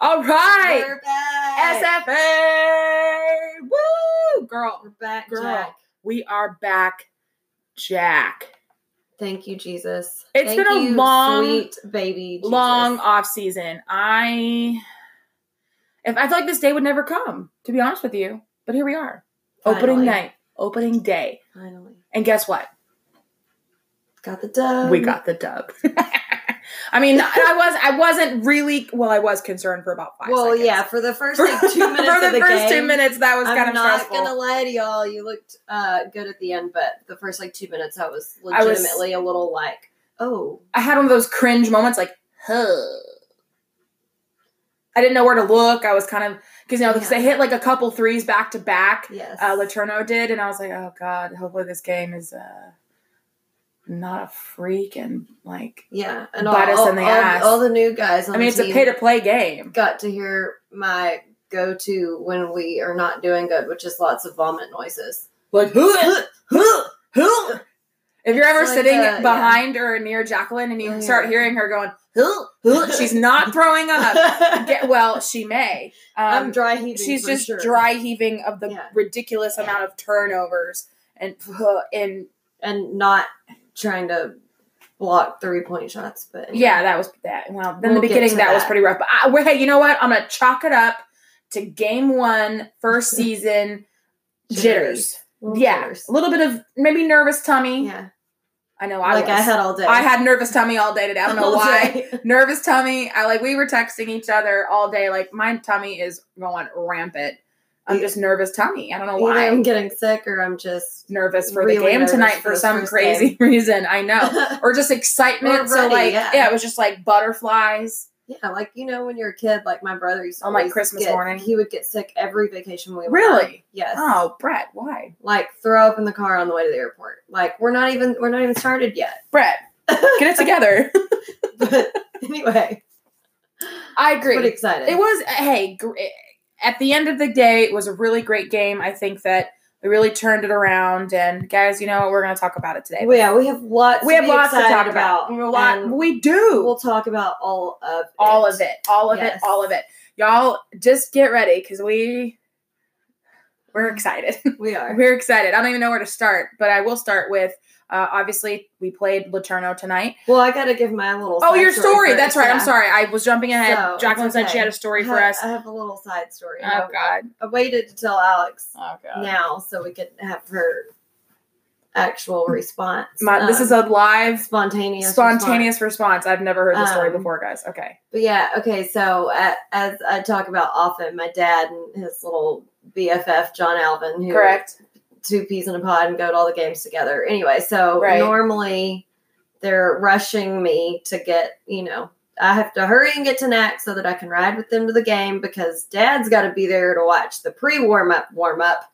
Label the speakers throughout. Speaker 1: All right.
Speaker 2: We're back.
Speaker 1: SFA. Woo! Girl,
Speaker 2: We're back,
Speaker 1: Girl.
Speaker 2: Jack.
Speaker 1: we are back, Jack.
Speaker 2: Thank you, Jesus.
Speaker 1: It's
Speaker 2: Thank
Speaker 1: been a
Speaker 2: you,
Speaker 1: long-
Speaker 2: sweet baby. Jesus.
Speaker 1: Long off season. I if I feel like this day would never come, to be honest with you. But here we are. Opening
Speaker 2: Finally.
Speaker 1: night. Opening day.
Speaker 2: Finally,
Speaker 1: And guess what?
Speaker 2: got the dub.
Speaker 1: we got the dub. I mean, I was I wasn't really well. I was concerned for about five.
Speaker 2: Well,
Speaker 1: seconds.
Speaker 2: yeah, for the first like two minutes
Speaker 1: for the,
Speaker 2: of the
Speaker 1: first
Speaker 2: game,
Speaker 1: two minutes, that was
Speaker 2: I'm
Speaker 1: kind of
Speaker 2: not
Speaker 1: stressful.
Speaker 2: gonna lie to y'all. You looked uh, good at the end, but the first like two minutes, I was
Speaker 1: I was-
Speaker 2: legitimately a little like, oh,
Speaker 1: I had one of those cringe moments, like, huh. I didn't know where to look. I was kind of because you know because
Speaker 2: Yeah.
Speaker 1: they hit like a couple threes back to back.
Speaker 2: yes,
Speaker 1: Uh, Laterno did, and I was like, oh god, hopefully this game is uh, not a freaking like.
Speaker 2: yeah, and
Speaker 1: butt
Speaker 2: all,
Speaker 1: us
Speaker 2: all,
Speaker 1: in the
Speaker 2: all-
Speaker 1: ass.
Speaker 2: all the new guys. On
Speaker 1: I mean,
Speaker 2: the
Speaker 1: it's a
Speaker 2: team
Speaker 1: pay to play game.
Speaker 2: got to hear my go-to when we are not doing good, which is lots of vomit noises.
Speaker 1: Like, who, who, who? If you're ever
Speaker 2: It's like
Speaker 1: sitting
Speaker 2: a-
Speaker 1: behind or near Jacqueline and you
Speaker 2: Oh, yeah.
Speaker 1: start hearing her going, who, who, she's not throwing up. Get, well, she may.
Speaker 2: I'm
Speaker 1: Um,
Speaker 2: dry heaving.
Speaker 1: she's
Speaker 2: for
Speaker 1: just
Speaker 2: sure.
Speaker 1: dry heaving of the
Speaker 2: Yeah.
Speaker 1: ridiculous amount of turnovers and and
Speaker 2: and not trying to block three-point shots, but
Speaker 1: yeah, that was that. Well, then
Speaker 2: We'll
Speaker 1: the
Speaker 2: get
Speaker 1: beginning
Speaker 2: to
Speaker 1: that, was
Speaker 2: that.
Speaker 1: pretty rough. But I, well, hey, you know what? I'm gonna chalk it up to game one, first season jitters.
Speaker 2: Little
Speaker 1: Yeah,
Speaker 2: jitters.
Speaker 1: a little bit of maybe nervous tummy.
Speaker 2: yeah.
Speaker 1: I know. I
Speaker 2: Like
Speaker 1: was.
Speaker 2: I had all day.
Speaker 1: I had nervous tummy all day today. I don't know
Speaker 2: All
Speaker 1: why.
Speaker 2: day.
Speaker 1: nervous tummy. I like we were texting each other all day. Like my tummy is going rampant. I'm just nervous tummy. I don't know
Speaker 2: Either
Speaker 1: why.
Speaker 2: I'm getting sick or I'm just
Speaker 1: nervous for the
Speaker 2: really
Speaker 1: game
Speaker 2: nervous
Speaker 1: tonight
Speaker 2: for
Speaker 1: for
Speaker 2: this
Speaker 1: some
Speaker 2: first
Speaker 1: crazy reason. I know.
Speaker 2: yeah,
Speaker 1: Or just excitement.
Speaker 2: Or
Speaker 1: so
Speaker 2: ready,
Speaker 1: like yeah.
Speaker 2: yeah.
Speaker 1: it was just like butterflies.
Speaker 2: like you know when you're a kid, like my brother used to
Speaker 1: On, like,
Speaker 2: always
Speaker 1: Christmas
Speaker 2: get-
Speaker 1: morning?
Speaker 2: He would get sick every vacation we went.
Speaker 1: Really?
Speaker 2: on. Yes.
Speaker 1: Oh, Brett, why?
Speaker 2: Like throw up in the car on the way to the airport. Like we're not even we're not even started yet.
Speaker 1: Brett, get it together.
Speaker 2: but anyway,
Speaker 1: I agree.
Speaker 2: but excited.
Speaker 1: It was hey, gr- at the end of the day, it was a really great game. I think that we really turned it around and guys, you know what? We're going to talk about it today.
Speaker 2: Well, yeah, we have lots.
Speaker 1: we have
Speaker 2: be
Speaker 1: lots to
Speaker 2: excited
Speaker 1: talk about. We, have a lot-
Speaker 2: and
Speaker 1: we do.
Speaker 2: We'll talk about all of
Speaker 1: all of it. All of
Speaker 2: Yes.
Speaker 1: it. All of it. Y'all just get ready cuz we we're excited.
Speaker 2: We are.
Speaker 1: we're excited. I don't even know where to start, but I will start with uh, obviously we played Laterno tonight.
Speaker 2: Well, I got to give my little.
Speaker 1: Oh,
Speaker 2: side
Speaker 1: your story.
Speaker 2: first,
Speaker 1: That's right. I'm
Speaker 2: yeah.
Speaker 1: sorry. I was jumping ahead.
Speaker 2: So, it's
Speaker 1: Jacqueline said she
Speaker 2: okay. Uh,
Speaker 1: had a story
Speaker 2: I
Speaker 1: for
Speaker 2: have-
Speaker 1: us.
Speaker 2: I have a little side story.
Speaker 1: Oh
Speaker 2: I-
Speaker 1: God.
Speaker 2: I waited to tell Alex
Speaker 1: Oh God.
Speaker 2: now so we could have her actual response.
Speaker 1: Hmm. My, this
Speaker 2: Um,
Speaker 1: is a live
Speaker 2: spontaneous. response.
Speaker 1: spontaneous response. I've never heard this story
Speaker 2: Um,
Speaker 1: before, guys. Okay.
Speaker 2: But yeah, okay. So uh, as I talk about often, my dad and his little BFF John Alvin, who
Speaker 1: Correct.
Speaker 2: two peas in a pod and go to all the games together. Anyway, so
Speaker 1: Right.
Speaker 2: normally they're rushing me to get, you know, I have to hurry and get to Knack so that I can ride with them to the game because dad's got to be there to watch the pre warm up warm up.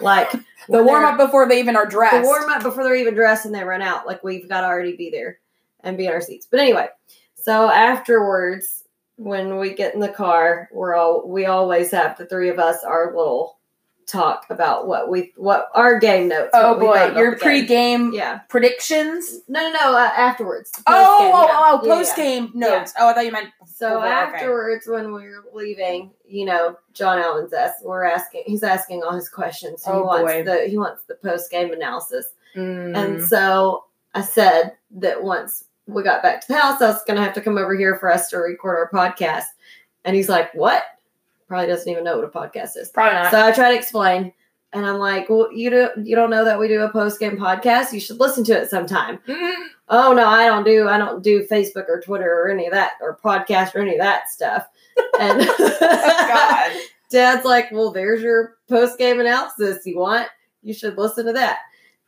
Speaker 2: Like
Speaker 1: The
Speaker 2: when
Speaker 1: warm up before they even are
Speaker 2: they're-
Speaker 1: dressed.
Speaker 2: the warm up before they're even dressed and they run out. Like we've got to already be there and be in our seats. But anyway, so afterwards, when we get in the car, we're all we always have the three of us our little talk about what we what our game notes.
Speaker 1: oh
Speaker 2: what we thought
Speaker 1: boy,
Speaker 2: about
Speaker 1: your
Speaker 2: the game.
Speaker 1: pre-game
Speaker 2: Yeah.
Speaker 1: predictions.
Speaker 2: No, no, no. Uh, afterwards. the
Speaker 1: Oh,
Speaker 2: post-game,
Speaker 1: oh,
Speaker 2: yeah.
Speaker 1: oh,
Speaker 2: Yeah, yeah,
Speaker 1: post
Speaker 2: yeah.
Speaker 1: game notes. Oh, I thought you meant
Speaker 2: So
Speaker 1: Okay.
Speaker 2: afterwards, when we were leaving, you know, John Allen's us. We're asking. He's asking all his questions. He
Speaker 1: Oh,
Speaker 2: wants
Speaker 1: boy.
Speaker 2: the he wants the post game analysis.
Speaker 1: Mm.
Speaker 2: And so I said that once we got back to the house, I was going to have to come over here for us to record our podcast. And he's like, What? Probably doesn't even know what a podcast is.
Speaker 1: probably not.
Speaker 2: So I try to explain. And I'm like, Well, you, do, you don't know that we do a post game podcast? You should listen to it sometime.
Speaker 1: Mm.
Speaker 2: Oh, no, I don't do. I don't do Facebook or Twitter or any of that or podcast or any of that stuff. And
Speaker 1: Oh, God.
Speaker 2: Dad's like, well, there's your post game analysis you want. You should listen to that.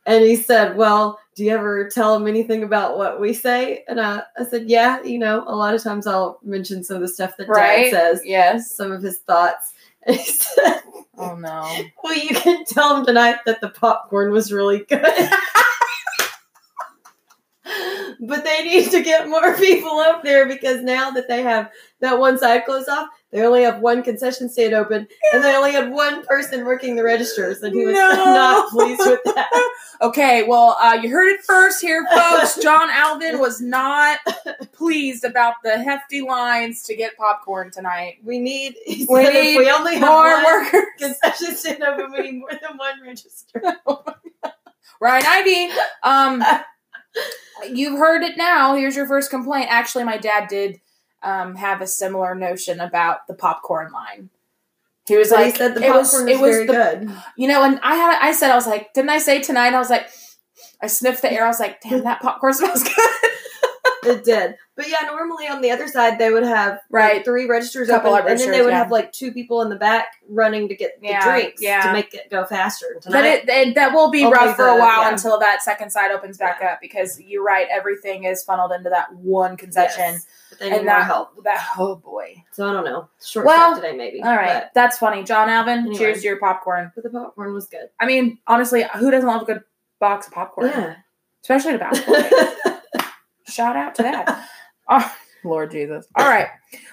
Speaker 2: And he said, well, do you ever tell him anything about what we say? And I, I said, yeah, you know, a lot of times I'll mention some of the stuff that
Speaker 1: Right?
Speaker 2: Dad says,
Speaker 1: Yes.
Speaker 2: some of his thoughts. And he said,
Speaker 1: Oh no.
Speaker 2: well, you can tell him tonight that the popcorn was really good. But they need to get more people up there because now that they have that one side closed off, they only have one concession stand open, and they only had one person working the registers, and he was
Speaker 1: No.
Speaker 2: not pleased with that.
Speaker 1: Okay, well, uh, you heard it first here, folks. John Alvin was not pleased about the hefty lines to get popcorn tonight.
Speaker 2: We need, he
Speaker 1: We
Speaker 2: said,
Speaker 1: need
Speaker 2: if we only have
Speaker 1: More
Speaker 2: one
Speaker 1: workers.
Speaker 2: concession stand open, we need more than one register.
Speaker 1: Ryan Ivy, um, you've heard it now. Here's your first complaint. Actually, my dad did um, have a similar notion about the popcorn line. He was
Speaker 2: So
Speaker 1: like,
Speaker 2: he said the
Speaker 1: it
Speaker 2: popcorn
Speaker 1: was-
Speaker 2: was,
Speaker 1: it was
Speaker 2: very
Speaker 1: the-
Speaker 2: good.
Speaker 1: you know, and I had, I said, I was like, didn't I say tonight? I was like, I sniffed the air. I was like, damn, that popcorn smells good.
Speaker 2: It did. But yeah, normally on the other side they would have like,
Speaker 1: Right.
Speaker 2: three registers
Speaker 1: Couple
Speaker 2: open,
Speaker 1: of
Speaker 2: and then they
Speaker 1: registers,
Speaker 2: would
Speaker 1: yeah.
Speaker 2: have like two people in the back running to get the
Speaker 1: Yeah,
Speaker 2: drinks
Speaker 1: yeah.
Speaker 2: to make it go faster. And
Speaker 1: But
Speaker 2: Tonight,
Speaker 1: it, it that will be
Speaker 2: Only
Speaker 1: rough for a
Speaker 2: the-
Speaker 1: while
Speaker 2: yeah.
Speaker 1: until that second side opens back up because you're right, everything is funneled into that one concession.
Speaker 2: Yes. but they need
Speaker 1: and
Speaker 2: more
Speaker 1: that-
Speaker 2: help.
Speaker 1: That oh boy.
Speaker 2: So I don't know. Short
Speaker 1: Well,
Speaker 2: well, today maybe.
Speaker 1: All right,
Speaker 2: But,
Speaker 1: that's funny, John Alvin.
Speaker 2: Anyway.
Speaker 1: Cheers to your popcorn.
Speaker 2: but the popcorn was good.
Speaker 1: I mean, honestly, who doesn't love a good box of popcorn?
Speaker 2: Yeah.
Speaker 1: Especially to basketball. games. Shout out to that. Oh, Lord Jesus. All right.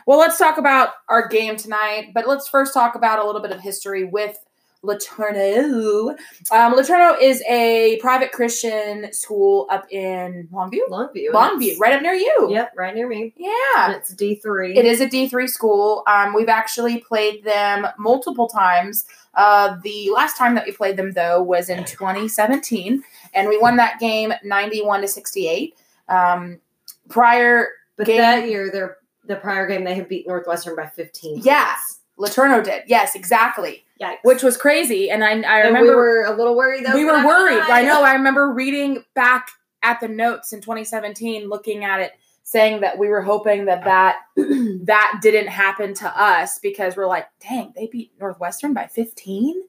Speaker 1: Well, let's talk about our game tonight, but let's first talk about a little bit of history with Laterno. Um, Laterno is a private Christian school up in Longview.
Speaker 2: Longview.
Speaker 1: Longview, right up near you.
Speaker 2: Yep, right near me.
Speaker 1: Yeah.
Speaker 2: And it's D three.
Speaker 1: It is a D3 school. Um, we've actually played them multiple times. Uh, the last time that we played them, though, was in 2017, and we won that game 91 to 68. Um, prior,
Speaker 2: But
Speaker 1: game-
Speaker 2: that year their the prior game they had beat Northwestern by fifteen.
Speaker 1: Yeah. Laterno did. Yes, exactly.
Speaker 2: Yeah.
Speaker 1: Which was crazy. And I, I
Speaker 2: and
Speaker 1: remember
Speaker 2: we were a little worried though.
Speaker 1: we
Speaker 2: but
Speaker 1: were
Speaker 2: I'm
Speaker 1: worried.
Speaker 2: fine.
Speaker 1: I know. I remember reading back at the notes in 2017, looking at it, saying that we were hoping that that that didn't happen to us because we're like, dang, they beat Northwestern by 15.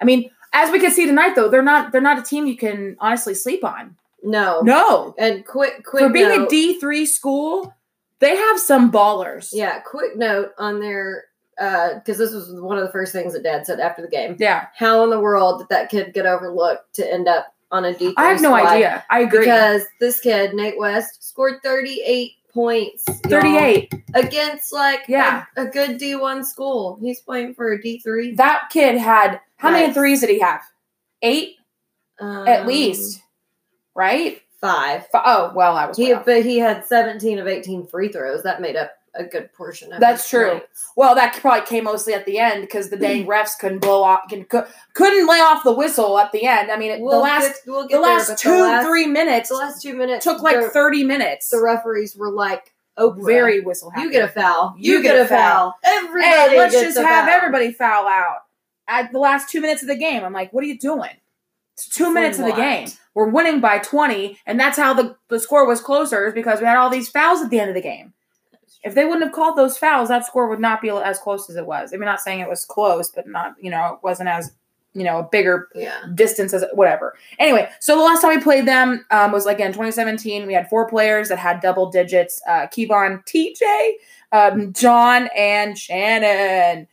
Speaker 1: I mean, as we can see tonight, though, they're not they're not a team you can honestly sleep on.
Speaker 2: No.
Speaker 1: No,
Speaker 2: And quick quick
Speaker 1: for being
Speaker 2: note-
Speaker 1: a D three school, they have some ballers.
Speaker 2: Yeah, quick note on their because this was one of the first things that Dad said after the game.
Speaker 1: yeah.
Speaker 2: How in the world did that kid get overlooked to end up on a D?
Speaker 1: I have no idea. I agree.
Speaker 2: because this kid Nate West scored thirty eight points. y'all,
Speaker 1: 38.
Speaker 2: against like
Speaker 1: Yeah.
Speaker 2: a, a good D one school. He's playing for a D three
Speaker 1: That kid had how many
Speaker 2: Nice.
Speaker 1: threes did he have? Eight at least, right?
Speaker 2: Um, five.
Speaker 1: F- Oh well, I was.
Speaker 2: He
Speaker 1: way off.
Speaker 2: but he had seventeen of eighteen free throws. That made up a good portion. of
Speaker 1: That's
Speaker 2: his
Speaker 1: true.
Speaker 2: points.
Speaker 1: Well, that probably came mostly at the end because the dang refs couldn't blow off, can- cou- couldn't lay off the whistle at the end. I mean, it- the
Speaker 2: We'll
Speaker 1: last
Speaker 2: get- we'll get
Speaker 1: the
Speaker 2: there,
Speaker 1: last
Speaker 2: but the
Speaker 1: two
Speaker 2: last-
Speaker 1: three minutes
Speaker 2: the last two minutes
Speaker 1: took like
Speaker 2: they're-
Speaker 1: thirty minutes.
Speaker 2: the referees were like, "Oh,
Speaker 1: Very whistle happy.
Speaker 2: you get a foul,
Speaker 1: You
Speaker 2: you,
Speaker 1: get
Speaker 2: get,
Speaker 1: a
Speaker 2: a foul, everybody."
Speaker 1: hey, let's
Speaker 2: gets
Speaker 1: just
Speaker 2: a
Speaker 1: have
Speaker 2: foul."
Speaker 1: everybody foul out at the last two minutes of the game. I'm like, what are you doing? It's two
Speaker 2: a
Speaker 1: minutes of the
Speaker 2: lot.
Speaker 1: game. We're winning by twenty, and that's how the the score was closer is because we had all these fouls at the end of the game. If they wouldn't have called those fouls, that score would not be as close as it was. I mean, not saying it was close, but not you know it wasn't as you know a bigger
Speaker 2: Yeah,
Speaker 1: distance as whatever. Anyway, so the last time we played them um, was again 2017. We had four players that had double digits: uh, Kevon, TJ, um, John, and Shannon.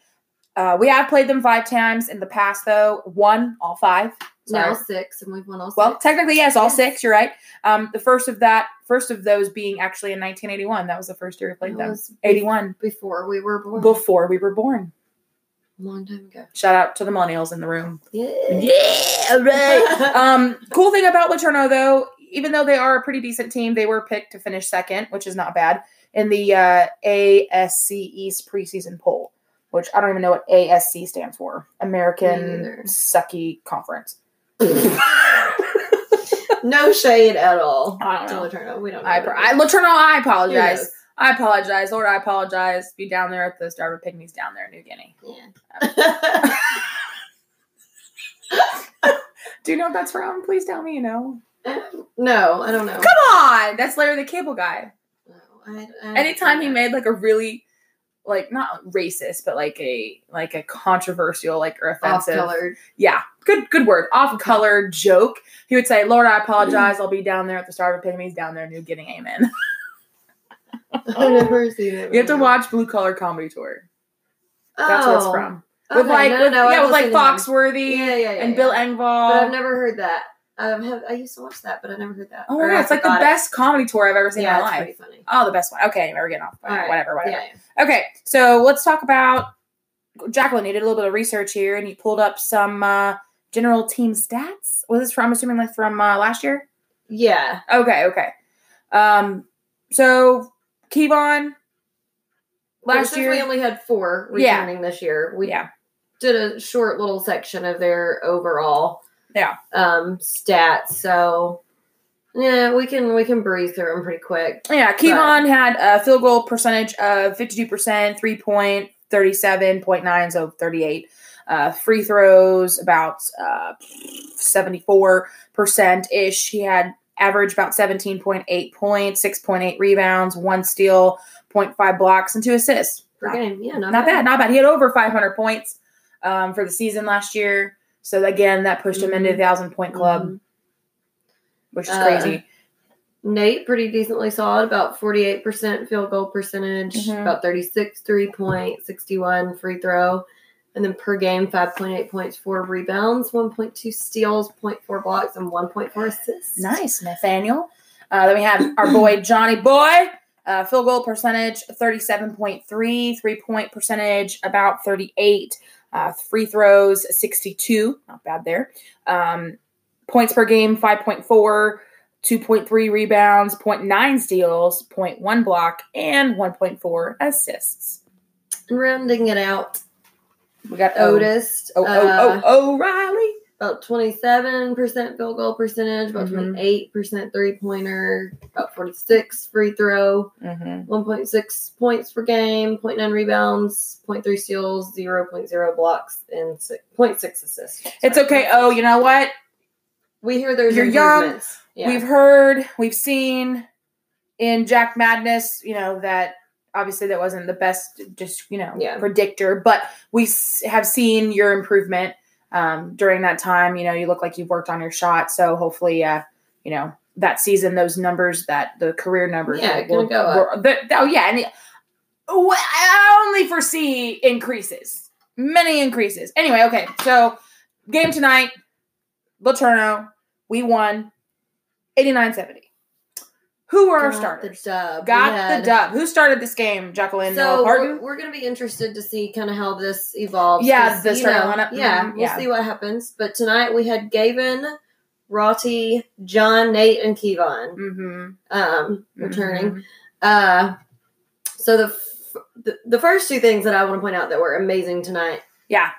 Speaker 1: Uh, we have played them five times in the past, though. One, all five. Sorry.
Speaker 2: now six, and we've won all
Speaker 1: Well,
Speaker 2: six.
Speaker 1: technically, yes, all
Speaker 2: Yes.
Speaker 1: six. You're right. Um, the first of that, first of those being actually in 1981. That was the first year we played
Speaker 2: That
Speaker 1: them.
Speaker 2: was
Speaker 1: 81
Speaker 2: before we were born,
Speaker 1: before we were born.
Speaker 2: long time ago.
Speaker 1: Shout out to the millennials in the room.
Speaker 2: Yeah,
Speaker 1: Yeah, right. um, cool thing about Laterno though, even though they are a pretty decent team, they were picked to finish second, which is not bad in the uh, ASC East preseason poll, which I don't even know what ASC stands for.
Speaker 2: Me
Speaker 1: American
Speaker 2: neither.
Speaker 1: Sucky Conference.
Speaker 2: no shade at all.
Speaker 1: I don't know.
Speaker 2: To Laterno, we don't. Know
Speaker 1: I,
Speaker 2: what it
Speaker 1: I
Speaker 2: is.
Speaker 1: Laterno, I
Speaker 2: Who
Speaker 1: apologize.
Speaker 2: knows?
Speaker 1: I apologize, Lord. I apologize. Be down there at the Starboard Pygmies down there in New Guinea.
Speaker 2: Yeah.
Speaker 1: Do you know what that's from? Please tell me you know.
Speaker 2: no, I don't know.
Speaker 1: Come on, that's Larry the Cable Guy.
Speaker 2: No, I- I-
Speaker 1: anytime he made like a really like not racist but like a like a controversial like or offensive
Speaker 2: off-colored,
Speaker 1: yeah good good word off color joke he would say lord i apologize i'll be down there at the star of pygmies down there new getting amen
Speaker 2: I've never seen it.
Speaker 1: you have to watch blue collar comedy tour that's where it's from with
Speaker 2: Oh. Okay,
Speaker 1: like
Speaker 2: no,
Speaker 1: with,
Speaker 2: no,
Speaker 1: yeah
Speaker 2: I've
Speaker 1: with like
Speaker 2: listened to him.
Speaker 1: foxworthy
Speaker 2: Yeah, yeah, yeah,
Speaker 1: and
Speaker 2: yeah.
Speaker 1: bill
Speaker 2: But I've
Speaker 1: engvall
Speaker 2: never heard that. Um, have, I used to watch that, but I never heard that.
Speaker 1: Oh
Speaker 2: Or
Speaker 1: my
Speaker 2: I
Speaker 1: god, it's like the
Speaker 2: forgot it.
Speaker 1: best comedy tour I've ever seen in
Speaker 2: Yeah, it's
Speaker 1: my life.
Speaker 2: pretty funny.
Speaker 1: Oh, the best one. Okay, we're getting off.
Speaker 2: All right.
Speaker 1: Whatever, whatever.
Speaker 2: Yeah, yeah.
Speaker 1: Okay, so let's talk about Jacqueline. You did a little bit of research here, and you pulled up some uh, general team stats. Was this from? I'm assuming like from uh, last year.
Speaker 2: Yeah.
Speaker 1: Okay, okay. Um, so Kevon
Speaker 2: Well,
Speaker 1: last
Speaker 2: since
Speaker 1: year,
Speaker 2: we only had four
Speaker 1: Yeah.
Speaker 2: returning this year. We
Speaker 1: yeah,
Speaker 2: did a short little section of their overall
Speaker 1: Yeah.
Speaker 2: um stats. So yeah, we can we can breeze through them pretty quick.
Speaker 1: yeah. Kevon had a field goal percentage of 52 percent, three point thirty seven point nine, so 38. Uh, free throws about uh, 74% ish. He had average about 17.8 points, 6.8 rebounds, one steal, 0.5 blocks, and two assists.
Speaker 2: Per
Speaker 1: Not,
Speaker 2: game, yeah, not,
Speaker 1: not bad, not bad. He had over 500 points um, for the season last year. So, again, that pushed him into the 1,000 point club,
Speaker 2: Mhm.
Speaker 1: which is
Speaker 2: Uh,
Speaker 1: crazy.
Speaker 2: Nate pretty decently solid, about forty eight percent field goal percentage,
Speaker 1: Mhm.
Speaker 2: about thirty six three point, sixty one free throw, and then per game five point eight points, four rebounds, one point two steals, 0.4 blocks, and one point four assists.
Speaker 1: Nice, Nathaniel. Uh, then we have our boy Johnny Boy. Uh, field goal percentage 37.3, three point percentage about 38, uh, free throws 62, not bad there. Um, points per game 5.4, 2.3 rebounds, 0.9 steals, 0.1 block, and 1.4 assists.
Speaker 2: And rounding it out,
Speaker 1: We got Otis.
Speaker 2: Otis.
Speaker 1: Oh, oh,
Speaker 2: uh,
Speaker 1: oh, O'Reilly.
Speaker 2: about 27% field goal percentage, about
Speaker 1: Mhm.
Speaker 2: 28% three pointer, about 46 free throw,
Speaker 1: Mm-hmm.
Speaker 2: 1.6 points per game, 0.9 rebounds, 0.3 steals, 0.0 blocks, and si- 0.6 assists.
Speaker 1: It's okay. Oh, you know what?
Speaker 2: We hear there's
Speaker 1: You're young.
Speaker 2: improvements. Yeah.
Speaker 1: We've heard, we've seen in Jack Madness, you know, that obviously that wasn't the best, just, you know,
Speaker 2: Yeah.
Speaker 1: predictor, but we s- have seen your improvement um, during that time. You know, you look like you've worked on your shot. So hopefully, uh, you know, that season, those numbers that the career numbers,
Speaker 2: Yeah, gonna go up.
Speaker 1: will- that- oh, yeah. And it- oh, I only foresee increases, many increases. Anyway, okay. So game tonight, Laterno, we won 89 70. Who were our
Speaker 2: Got the
Speaker 1: starters?
Speaker 2: dub.
Speaker 1: Got
Speaker 2: We
Speaker 1: the
Speaker 2: had-
Speaker 1: dub. uh, Who started this game? Jacqueline
Speaker 2: So
Speaker 1: Noah
Speaker 2: we're,
Speaker 1: Parton?
Speaker 2: we're going to be interested to see kind of how this evolves.
Speaker 1: Yeah,
Speaker 2: 'cause,
Speaker 1: the
Speaker 2: you
Speaker 1: starting
Speaker 2: know,
Speaker 1: lineup.
Speaker 2: Yeah,
Speaker 1: Mhm,
Speaker 2: we'll
Speaker 1: yeah.
Speaker 2: see what happens. But tonight we had Gavin, Rotty, John, Nate, and Kevon
Speaker 1: Mm-hmm.
Speaker 2: um, returning. Uh, so the, f- the the first two things that I want to point out that were amazing tonight:
Speaker 1: Yeah.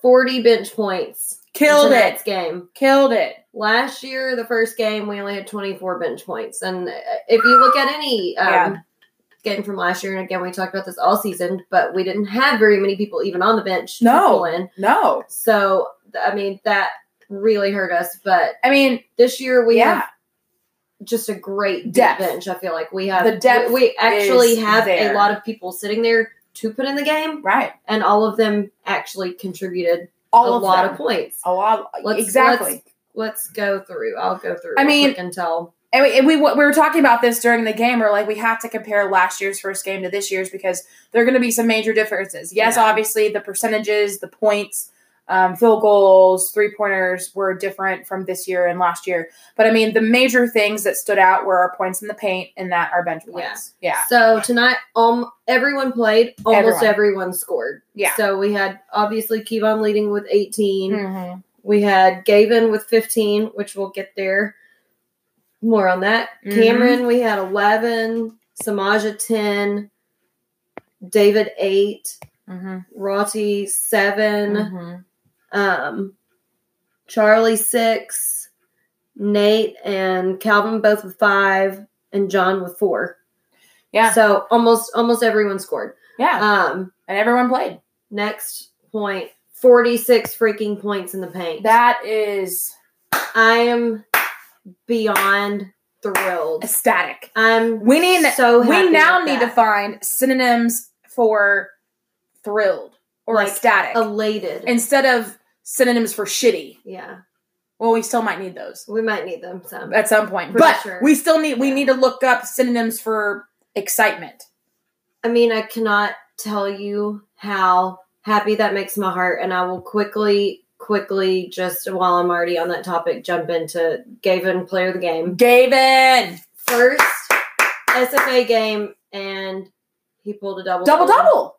Speaker 2: forty bench points, in
Speaker 1: Killed
Speaker 2: tonight's
Speaker 1: it.
Speaker 2: Game
Speaker 1: Killed it.
Speaker 2: last year, the first game we only had twenty four bench points, and uh, if you look at any. Um,
Speaker 1: Yeah.
Speaker 2: Game from last year, and again, we talked about this all season, but we didn't have very many people even on the bench. to
Speaker 1: No.
Speaker 2: pull in.
Speaker 1: No.
Speaker 2: So, th- I mean, that really hurt us. But
Speaker 1: I mean,
Speaker 2: this year we
Speaker 1: yeah.
Speaker 2: have just a great deep
Speaker 1: Depth.
Speaker 2: bench. I feel like we have
Speaker 1: The depth
Speaker 2: We, we actually
Speaker 1: is
Speaker 2: have
Speaker 1: there.
Speaker 2: a lot of people sitting there to put in the game,
Speaker 1: Right.
Speaker 2: and all of them actually contributed
Speaker 1: All
Speaker 2: a
Speaker 1: of
Speaker 2: lot
Speaker 1: them.
Speaker 2: of points.
Speaker 1: A lot.
Speaker 2: Let's-
Speaker 1: exactly.
Speaker 2: let's- Let's go through. I'll go through.
Speaker 1: I
Speaker 2: real
Speaker 1: mean-
Speaker 2: quick and tell.
Speaker 1: and we, and we we were talking about this during the game. We're like, we have to compare last year's first game to this year's because there are going to be some major differences. Yes,
Speaker 2: Yeah.
Speaker 1: obviously the percentages, the points, um, field goals, three pointers were different from this year and last year. But I mean, the major things that stood out were our points in the paint and that our bench points. Yeah,
Speaker 2: So tonight, um, everyone played. Almost everyone, scored.
Speaker 1: Yeah.
Speaker 2: So we had obviously Kevon leading with 18.
Speaker 1: Mhm.
Speaker 2: We had Gavin with 15, which we'll get there. More on that.
Speaker 1: Mhm.
Speaker 2: Cameron, we had 11. Samaja, 10. David, 8.
Speaker 1: Mhm.
Speaker 2: Rotty, 7.
Speaker 1: Mhm.
Speaker 2: Um, Charlie, 6. Nate and Calvin both with 5. And John with 4.
Speaker 1: Yeah.
Speaker 2: So almost almost everyone scored.
Speaker 1: yeah,
Speaker 2: Um,
Speaker 1: and everyone played.
Speaker 2: next point 46 freaking points in the paint.
Speaker 1: That is
Speaker 2: I am beyond thrilled.
Speaker 1: ecstatic.
Speaker 2: I'm
Speaker 1: We need
Speaker 2: so happy
Speaker 1: we now
Speaker 2: with
Speaker 1: need to
Speaker 2: that.
Speaker 1: find synonyms for thrilled or
Speaker 2: Like,
Speaker 1: ecstatic
Speaker 2: elated.
Speaker 1: instead of synonyms for shitty.
Speaker 2: yeah,
Speaker 1: Well, we still might need those
Speaker 2: we might need them some.
Speaker 1: at some point,
Speaker 2: For
Speaker 1: but
Speaker 2: sure.
Speaker 1: we still need we
Speaker 2: Yeah.
Speaker 1: need to look up synonyms for excitement.
Speaker 2: I mean, I cannot tell you how happy that makes my heart, and I will quickly quickly, just while I'm already on that topic, jump into Gavin player of the game.
Speaker 1: David,
Speaker 2: First SFA game, and he pulled a double.
Speaker 1: double double.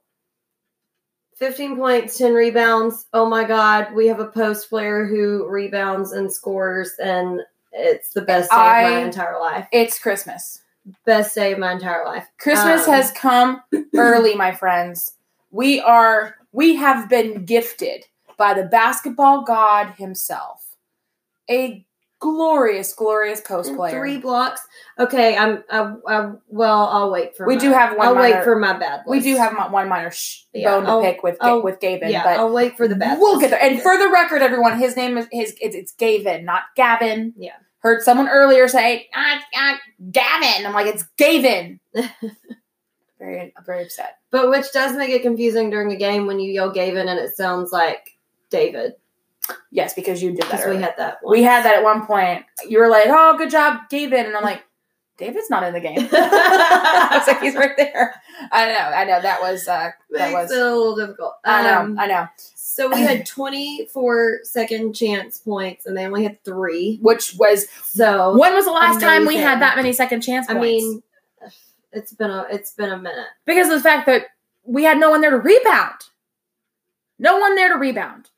Speaker 2: 15 points, 10 rebounds. Oh my God, we have a post player who rebounds and scores, and it's the best day of
Speaker 1: I-
Speaker 2: my entire life.
Speaker 1: It's Christmas.
Speaker 2: Best day of my entire life.
Speaker 1: Christmas
Speaker 2: Um,
Speaker 1: has come early, my friends. We are we have been gifted by the basketball god himself. A glorious, glorious post
Speaker 2: And
Speaker 1: player.
Speaker 2: Three blocks. Okay, I'm. I, I, well, I'll wait for.
Speaker 1: We
Speaker 2: my-
Speaker 1: do have one
Speaker 2: I'll
Speaker 1: minor-
Speaker 2: wait for my bad.
Speaker 1: we
Speaker 2: list.
Speaker 1: do have mo- one minor sh-
Speaker 2: Yeah,
Speaker 1: bone to
Speaker 2: I'll-
Speaker 1: pick with Ga-
Speaker 2: I'll-
Speaker 1: with Gavin,
Speaker 2: Yeah,
Speaker 1: but
Speaker 2: I'll wait for the bad.
Speaker 1: we'll
Speaker 2: list.
Speaker 1: get there. And for the record, everyone, his name is his. It's, it's Gavin, not Gavin.
Speaker 2: Yeah.
Speaker 1: Heard someone earlier say, ah, ah, "Gavin." I'm like, it's Gavin. very, I'm very upset.
Speaker 2: But which does make it confusing during a game when you yell Gavin and it sounds like David
Speaker 1: Yes, because you did that.
Speaker 2: because
Speaker 1: earlier.
Speaker 2: we had that one.
Speaker 1: We had that at one point. You were like, "Oh, good job, David," and I'm like, "David's not in the game." I was like, "He's right there." I know, I know. That was, uh, that
Speaker 2: Makes
Speaker 1: was.
Speaker 2: it a little difficult.
Speaker 1: I know,
Speaker 2: Um,
Speaker 1: I know.
Speaker 2: So we had 24 second chance points and they only had three.
Speaker 1: Which was
Speaker 2: So
Speaker 1: when was the last time we
Speaker 2: Amazing.
Speaker 1: had that many second chance?
Speaker 2: I
Speaker 1: Points?
Speaker 2: mean, it's been a it's been a minute.
Speaker 1: because of the fact that we had no one there to rebound. No one there to rebound.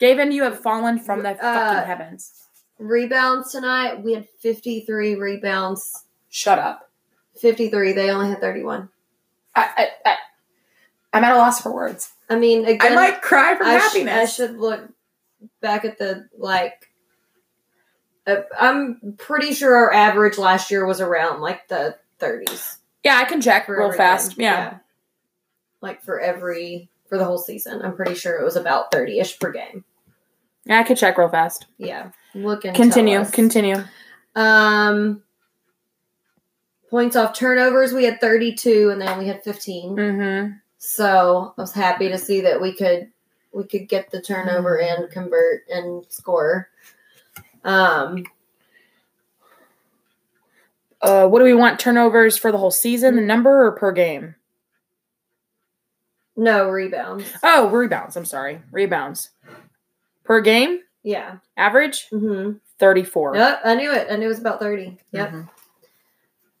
Speaker 1: Gavin, you have fallen from the
Speaker 2: Uh,
Speaker 1: fucking heavens.
Speaker 2: Rebounds tonight, we had 53 rebounds.
Speaker 1: Shut up.
Speaker 2: 53. They only had 31.
Speaker 1: I, I, I, I'm at a loss for words.
Speaker 2: I mean, again,
Speaker 1: I might cry from
Speaker 2: I, sh-
Speaker 1: happiness.
Speaker 2: I should look back at the like. uh, I'm pretty sure our average last year was around like the 30s.
Speaker 1: yeah, I can check
Speaker 2: for
Speaker 1: real
Speaker 2: everything.
Speaker 1: fast. Yeah.
Speaker 2: Like for every for the whole season, I'm pretty sure it was about 30 ish per game.
Speaker 1: yeah, I can check real fast.
Speaker 2: Yeah, look and
Speaker 1: Continue,
Speaker 2: tell us.
Speaker 1: continue.
Speaker 2: um, points off turnovers. We had 32, and then we had 15.
Speaker 1: Mm-hmm.
Speaker 2: So I was happy to see that we could we could get the turnover
Speaker 1: Mm-hmm.
Speaker 2: and convert and score. Um,
Speaker 1: Uh, what do we want turnovers for the whole season? The number or per game?
Speaker 2: no rebounds.
Speaker 1: Oh, rebounds. I'm sorry, rebounds per game
Speaker 2: Yeah.
Speaker 1: average
Speaker 2: hmm
Speaker 1: 34.
Speaker 2: Yep. I knew it. I knew it was about 30. Yep.
Speaker 1: Mhm.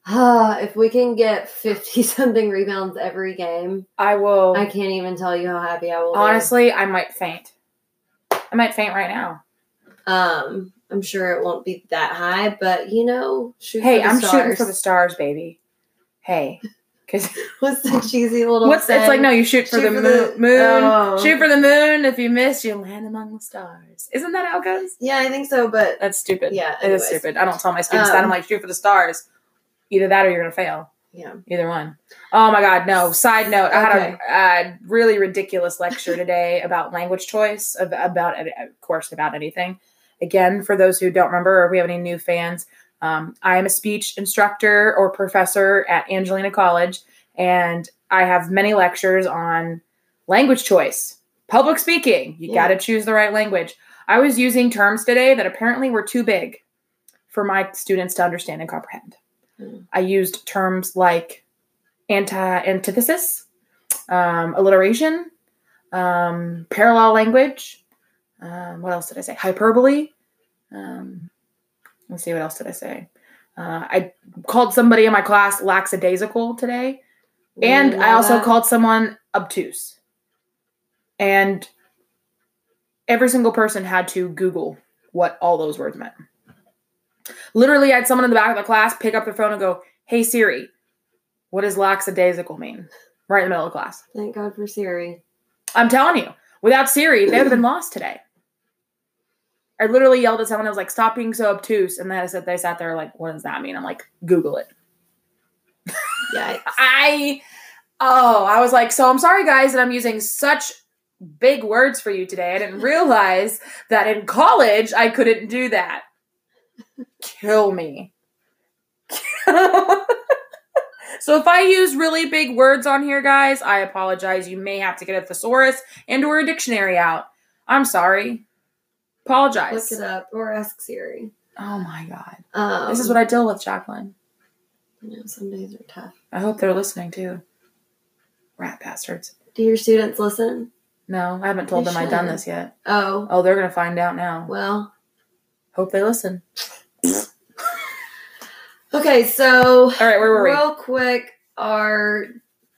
Speaker 2: Ah, if we can get 50 something rebounds every game,
Speaker 1: I will.
Speaker 2: I can't even tell you how happy I will be.
Speaker 1: Honestly, I might faint. I might faint right now.
Speaker 2: Um, I'm sure it won't be that high, but you know, shoot
Speaker 1: hey,
Speaker 2: for the
Speaker 1: I'm shooting
Speaker 2: stars.
Speaker 1: for the stars, baby. Hey, because
Speaker 2: What's the cheesy little
Speaker 1: what's
Speaker 2: saying?
Speaker 1: it's like? No, you shoot for
Speaker 2: Shoot
Speaker 1: the
Speaker 2: for
Speaker 1: moon.
Speaker 2: the-
Speaker 1: moon.
Speaker 2: Oh.
Speaker 1: Shoot for the moon. If you miss, you land among the stars. Isn't that how it goes?
Speaker 2: Yeah, I think so, but
Speaker 1: That's stupid.
Speaker 2: Yeah,
Speaker 1: it is
Speaker 2: anyways.
Speaker 1: stupid. I don't tell my students that. I'm
Speaker 2: Um,
Speaker 1: like, shoot for the stars. Either that or you're gonna fail.
Speaker 2: yeah.
Speaker 1: Either one. Oh my god, no. Side note, I
Speaker 2: Okay.
Speaker 1: had a, a really ridiculous lecture today about language choice, ab- about of course about anything. Again, for those who don't remember or if we have any new fans, um, I am a speech instructor or professor at Angelina College, and I have many lectures on language choice, public speaking. You
Speaker 2: Yeah.
Speaker 1: got to choose the right language. I was using terms today that apparently were too big for my students to understand and comprehend.
Speaker 2: Hmm.
Speaker 1: I used terms like anti antithesis, um, alliteration, um, parallel language. Um, what else did I say? Hyperbole. Um, let's see, what else did I say? Uh, I called somebody in my class lackadaisical today, and
Speaker 2: You
Speaker 1: I
Speaker 2: know
Speaker 1: also
Speaker 2: that?
Speaker 1: called someone obtuse. And every single person had to Google what all those words meant. Literally, I had someone in the back of the class pick up their phone and go, Hey Siri, what does lackadaisical mean? Right in the middle of class.
Speaker 2: Thank God for Siri.
Speaker 1: I'm telling you, without Siri, they would have been lost today. I literally yelled at someone. I was like, "Stop being so obtuse!" And then I said, "They sat there like, what does that mean?" I'm like, "Google it."
Speaker 2: Yeah.
Speaker 1: I, oh, I was like, so I'm sorry, guys, that I'm using such big words for you today. I didn't realize that in college I couldn't do that. Kill me. so if I use really big words on here, guys, I apologize. You may have to get a thesaurus and or a dictionary out. I'm sorry.
Speaker 2: Look
Speaker 1: Apologize.
Speaker 2: it up or ask Siri.
Speaker 1: Oh my god.
Speaker 2: Um,
Speaker 1: This is what I deal with, Jacqueline.
Speaker 2: I know. Some days are tough.
Speaker 1: I hope they're listening too. Rat bastards.
Speaker 2: Do your students listen?
Speaker 1: No, I haven't told
Speaker 2: You
Speaker 1: them I've done
Speaker 2: should.
Speaker 1: this yet.
Speaker 2: Oh,
Speaker 1: Oh, they're gonna find out now.
Speaker 2: well.
Speaker 1: Hope they listen.
Speaker 2: Okay, so
Speaker 1: All right, where were
Speaker 2: real quick, our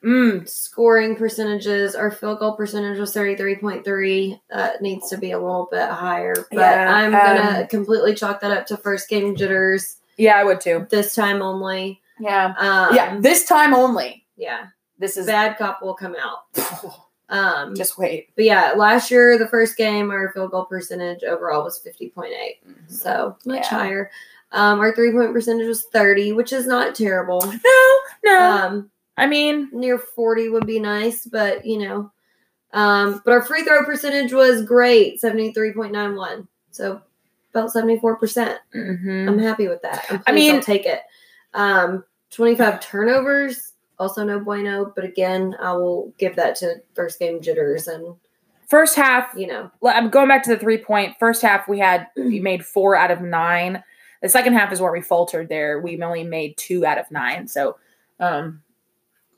Speaker 1: we? Mm,
Speaker 2: scoring percentages, our field goal percentage was 33.3. That needs to be a little bit higher, but
Speaker 1: Yeah, um,
Speaker 2: I'm going to completely chalk that up to first game jitters
Speaker 1: yeah, I would too.
Speaker 2: this time only.
Speaker 1: Yeah,
Speaker 2: Um,
Speaker 1: yeah. This time only.
Speaker 2: Yeah.
Speaker 1: This is
Speaker 2: Bad cop will come out. Um,
Speaker 1: just wait.
Speaker 2: but yeah, last year, the first game, our field goal percentage overall was 50.8. So much
Speaker 1: Mm-hmm. Yeah.
Speaker 2: higher. Um, our three point percentage was 30, which is not terrible.
Speaker 1: No, no.
Speaker 2: Um,
Speaker 1: I mean,
Speaker 2: near 40 would be nice, but you know. Um, but our free throw percentage was great, 73.91. So about 74%. percent
Speaker 1: mhm.
Speaker 2: I'm happy with that. I'm
Speaker 1: I mean-
Speaker 2: I'll take it. Um, 25 turnovers, also no bueno, but again, I will give that to first game jitters and
Speaker 1: first half.
Speaker 2: you know,
Speaker 1: well, I'm going back to the three point. First half, we had
Speaker 2: Mm.
Speaker 1: we made four out of nine. The second half is where we faltered. There, we only made two out of nine. So, um,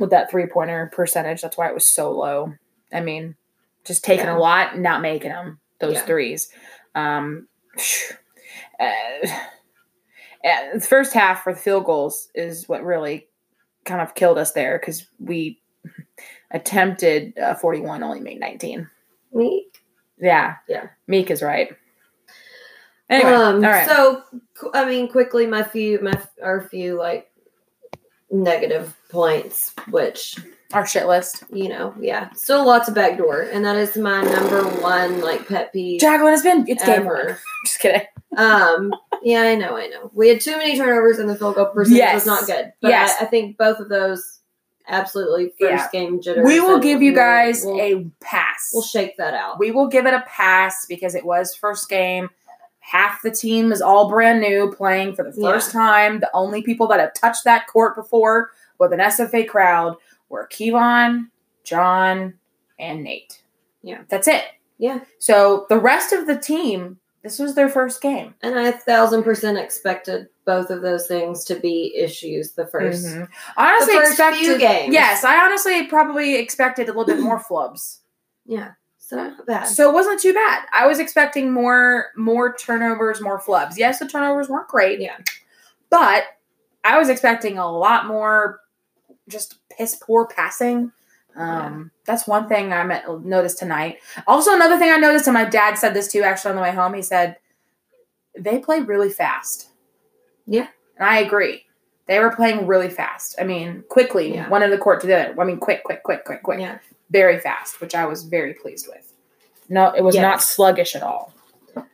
Speaker 1: with that three pointer percentage, that's why it was so low. I mean, just taking
Speaker 2: Yeah.
Speaker 1: a lot, and not making them those
Speaker 2: Yeah.
Speaker 1: threes. Um, uh, and eh, the first half for the field goals is what really kind of killed us there because we attempted uh, 41, only made 19.
Speaker 2: me.
Speaker 1: Yeah. Um,
Speaker 2: Yeah.
Speaker 1: Meek is right. Anyway, all right.
Speaker 2: Um, So, qu- I mean, quickly, my few, my our few like negative points, which
Speaker 1: Our shit list.
Speaker 2: you know, yeah, still lots of backdoor, and that is my number one like pet peeve
Speaker 1: Jacqueline, it's been it's game over.
Speaker 2: ever.
Speaker 1: Just kidding.
Speaker 2: um, yeah, I know, I know. We had too many turnovers, and the field goal percentage
Speaker 1: Yes.
Speaker 2: was not good. But
Speaker 1: Yes.
Speaker 2: I, I think both of those absolutely first
Speaker 1: Yeah.
Speaker 2: game jitters.
Speaker 1: We will
Speaker 2: and
Speaker 1: give you
Speaker 2: we'll-
Speaker 1: guys
Speaker 2: we'll,
Speaker 1: a pass.
Speaker 2: We'll shake that out.
Speaker 1: we will give it a pass because it was first game. Half the team is all brand new, playing for the first time. The only people that have touched that court before with an SFA crowd were Kevon, John, and Nate.
Speaker 2: Yeah.
Speaker 1: that's it.
Speaker 2: Yeah.
Speaker 1: So the rest of the team, this was their first game.
Speaker 2: and I a thousand percent expected both of those things to be issues the 1st
Speaker 1: Mhm. I honestly
Speaker 2: the first
Speaker 1: expected
Speaker 2: few games.
Speaker 1: Yes, I honestly probably expected a little bit more flubs.
Speaker 2: Yeah. So not bad.
Speaker 1: So it wasn't too bad. I was expecting more more turnovers, more flubs. Yes, the turnovers weren't great.
Speaker 2: Yeah.
Speaker 1: But I was expecting a lot more just piss poor passing. Um, That's one thing I met, noticed tonight. Also, another thing I noticed, and my dad said this too actually on the way home, he said, they played really fast.
Speaker 2: Yeah.
Speaker 1: And I agree. They were playing really fast. I mean, quickly,
Speaker 2: Yeah.
Speaker 1: one end of the court to the other. I mean, quick, quick, quick, quick, quick
Speaker 2: yeah.
Speaker 1: very fast, which I was very pleased with. No, it was
Speaker 2: Yes.
Speaker 1: not sluggish at all.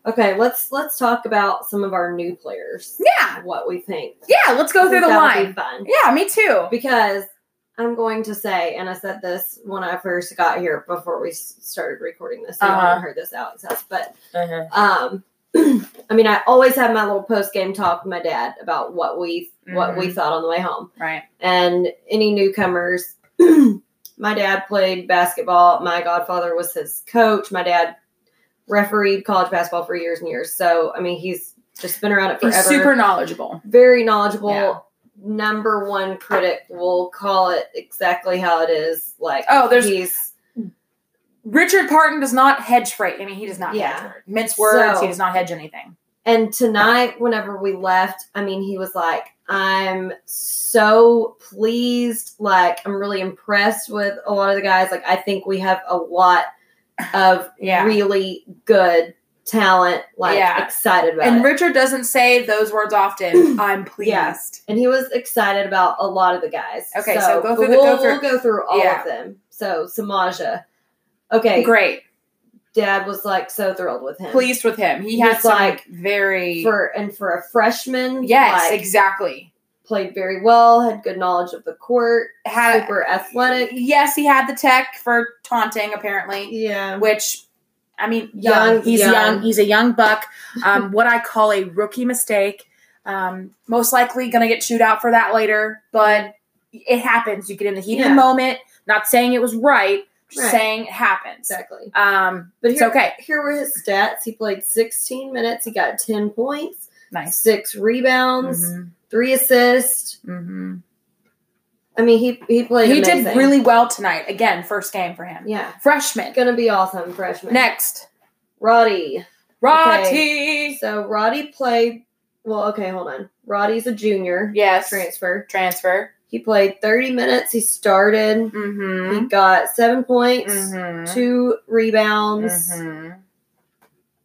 Speaker 2: Okay, let's let's talk about some of our new players.
Speaker 1: Yeah,
Speaker 2: What we think.
Speaker 1: yeah. Let's go through the
Speaker 2: That would be
Speaker 1: line.
Speaker 2: fun.
Speaker 1: Yeah, me too.
Speaker 2: because I'm going to say, and I said this when I first got here before we s- started recording this. I
Speaker 1: Uh-huh.
Speaker 2: haven't heard this out house, but um, I mean, I always have my little post game talk with my dad about what we what
Speaker 1: Mm-hmm.
Speaker 2: we thought on the way home,
Speaker 1: Right.
Speaker 2: and any newcomers. my dad played basketball. My godfather was his coach. My dad refereed college basketball for years and years. So I mean, he's just been around it forever
Speaker 1: He's super knowledgeable.
Speaker 2: very knowledgeable.
Speaker 1: Yeah.
Speaker 2: Number one critic will call it exactly how it is. Like,
Speaker 1: Oh, there's-
Speaker 2: he's
Speaker 1: Richard Parton does not hedge freight. I mean, he does not
Speaker 2: Yeah.
Speaker 1: hedge word. mince words.
Speaker 2: So-
Speaker 1: he does not hedge anything.
Speaker 2: and tonight, whenever we left, I mean, he was like, "I'm so pleased. Like, I'm really impressed with a lot of the guys. Like, I think we have a lot of
Speaker 1: Yeah.
Speaker 2: really good talent. Like,
Speaker 1: Yeah.
Speaker 2: excited about
Speaker 1: and
Speaker 2: it.
Speaker 1: Richard doesn't say those words often. I'm pleased.
Speaker 2: Yeah. and he was excited about a lot of the guys.
Speaker 1: Okay, so go
Speaker 2: but
Speaker 1: through the- go
Speaker 2: we'll,
Speaker 1: through-
Speaker 2: we'll go through all
Speaker 1: Yeah.
Speaker 2: of them. So Samaja, okay,
Speaker 1: Great.
Speaker 2: Dad was like so thrilled with him.
Speaker 1: Pleased with him. He
Speaker 2: He's
Speaker 1: has some
Speaker 2: like,
Speaker 1: very
Speaker 2: for and for a freshman,
Speaker 1: yes,
Speaker 2: like,
Speaker 1: exactly.
Speaker 2: played very well, had good knowledge of the court,
Speaker 1: Had
Speaker 2: super athletic,
Speaker 1: yes, he had the tech for taunting apparently.
Speaker 2: yeah,
Speaker 1: which I mean, young.
Speaker 2: Young,
Speaker 1: he's young.
Speaker 2: young.
Speaker 1: He's a young buck. Um, what I call a rookie mistake. Um, most likely going to get chewed out for that later, but it happens. You get in the heat of
Speaker 2: Yeah.
Speaker 1: the moment. Not saying it was right, just
Speaker 2: Right.
Speaker 1: saying it happens.
Speaker 2: exactly.
Speaker 1: Um,
Speaker 2: But
Speaker 1: it's
Speaker 2: here-
Speaker 1: okay.
Speaker 2: Here were his stats. He played 16 minutes. He got 10 points,
Speaker 1: Nice. Mm-hmm.
Speaker 2: six rebounds,
Speaker 1: Mhm,
Speaker 2: three assists,
Speaker 1: mhm.
Speaker 2: I mean, he he played.
Speaker 1: He
Speaker 2: amazing.
Speaker 1: did really well tonight. Again, first game for him.
Speaker 2: Yeah,
Speaker 1: Freshman.
Speaker 2: gonna be awesome, freshman.
Speaker 1: Next,
Speaker 2: Roddy.
Speaker 1: Rati.
Speaker 2: So Roddy played. Well, okay, hold on. Roddy's a junior
Speaker 1: Yes.
Speaker 2: transfer.
Speaker 1: Transfer.
Speaker 2: He played 30 minutes. He started.
Speaker 1: Mm-hmm.
Speaker 2: He got seven points,
Speaker 1: Mm-hmm.
Speaker 2: two rebounds,
Speaker 1: Mm-hmm.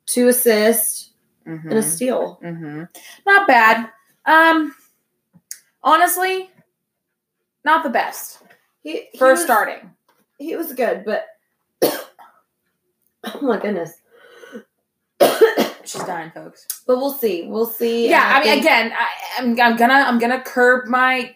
Speaker 2: two assists, and a
Speaker 1: Mm-hmm.
Speaker 2: steal.
Speaker 1: Mm-hmm. Not bad. Um, honestly, not the best
Speaker 2: He, he
Speaker 1: for
Speaker 2: was-
Speaker 1: starting.
Speaker 2: he was good, but oh my goodness. but
Speaker 1: She's dying, folks.
Speaker 2: we'll see. We'll see.
Speaker 1: Yeah,
Speaker 2: And
Speaker 1: I, mean,
Speaker 2: think-
Speaker 1: again, I, I'm, I'm gonna I'm gonna curb my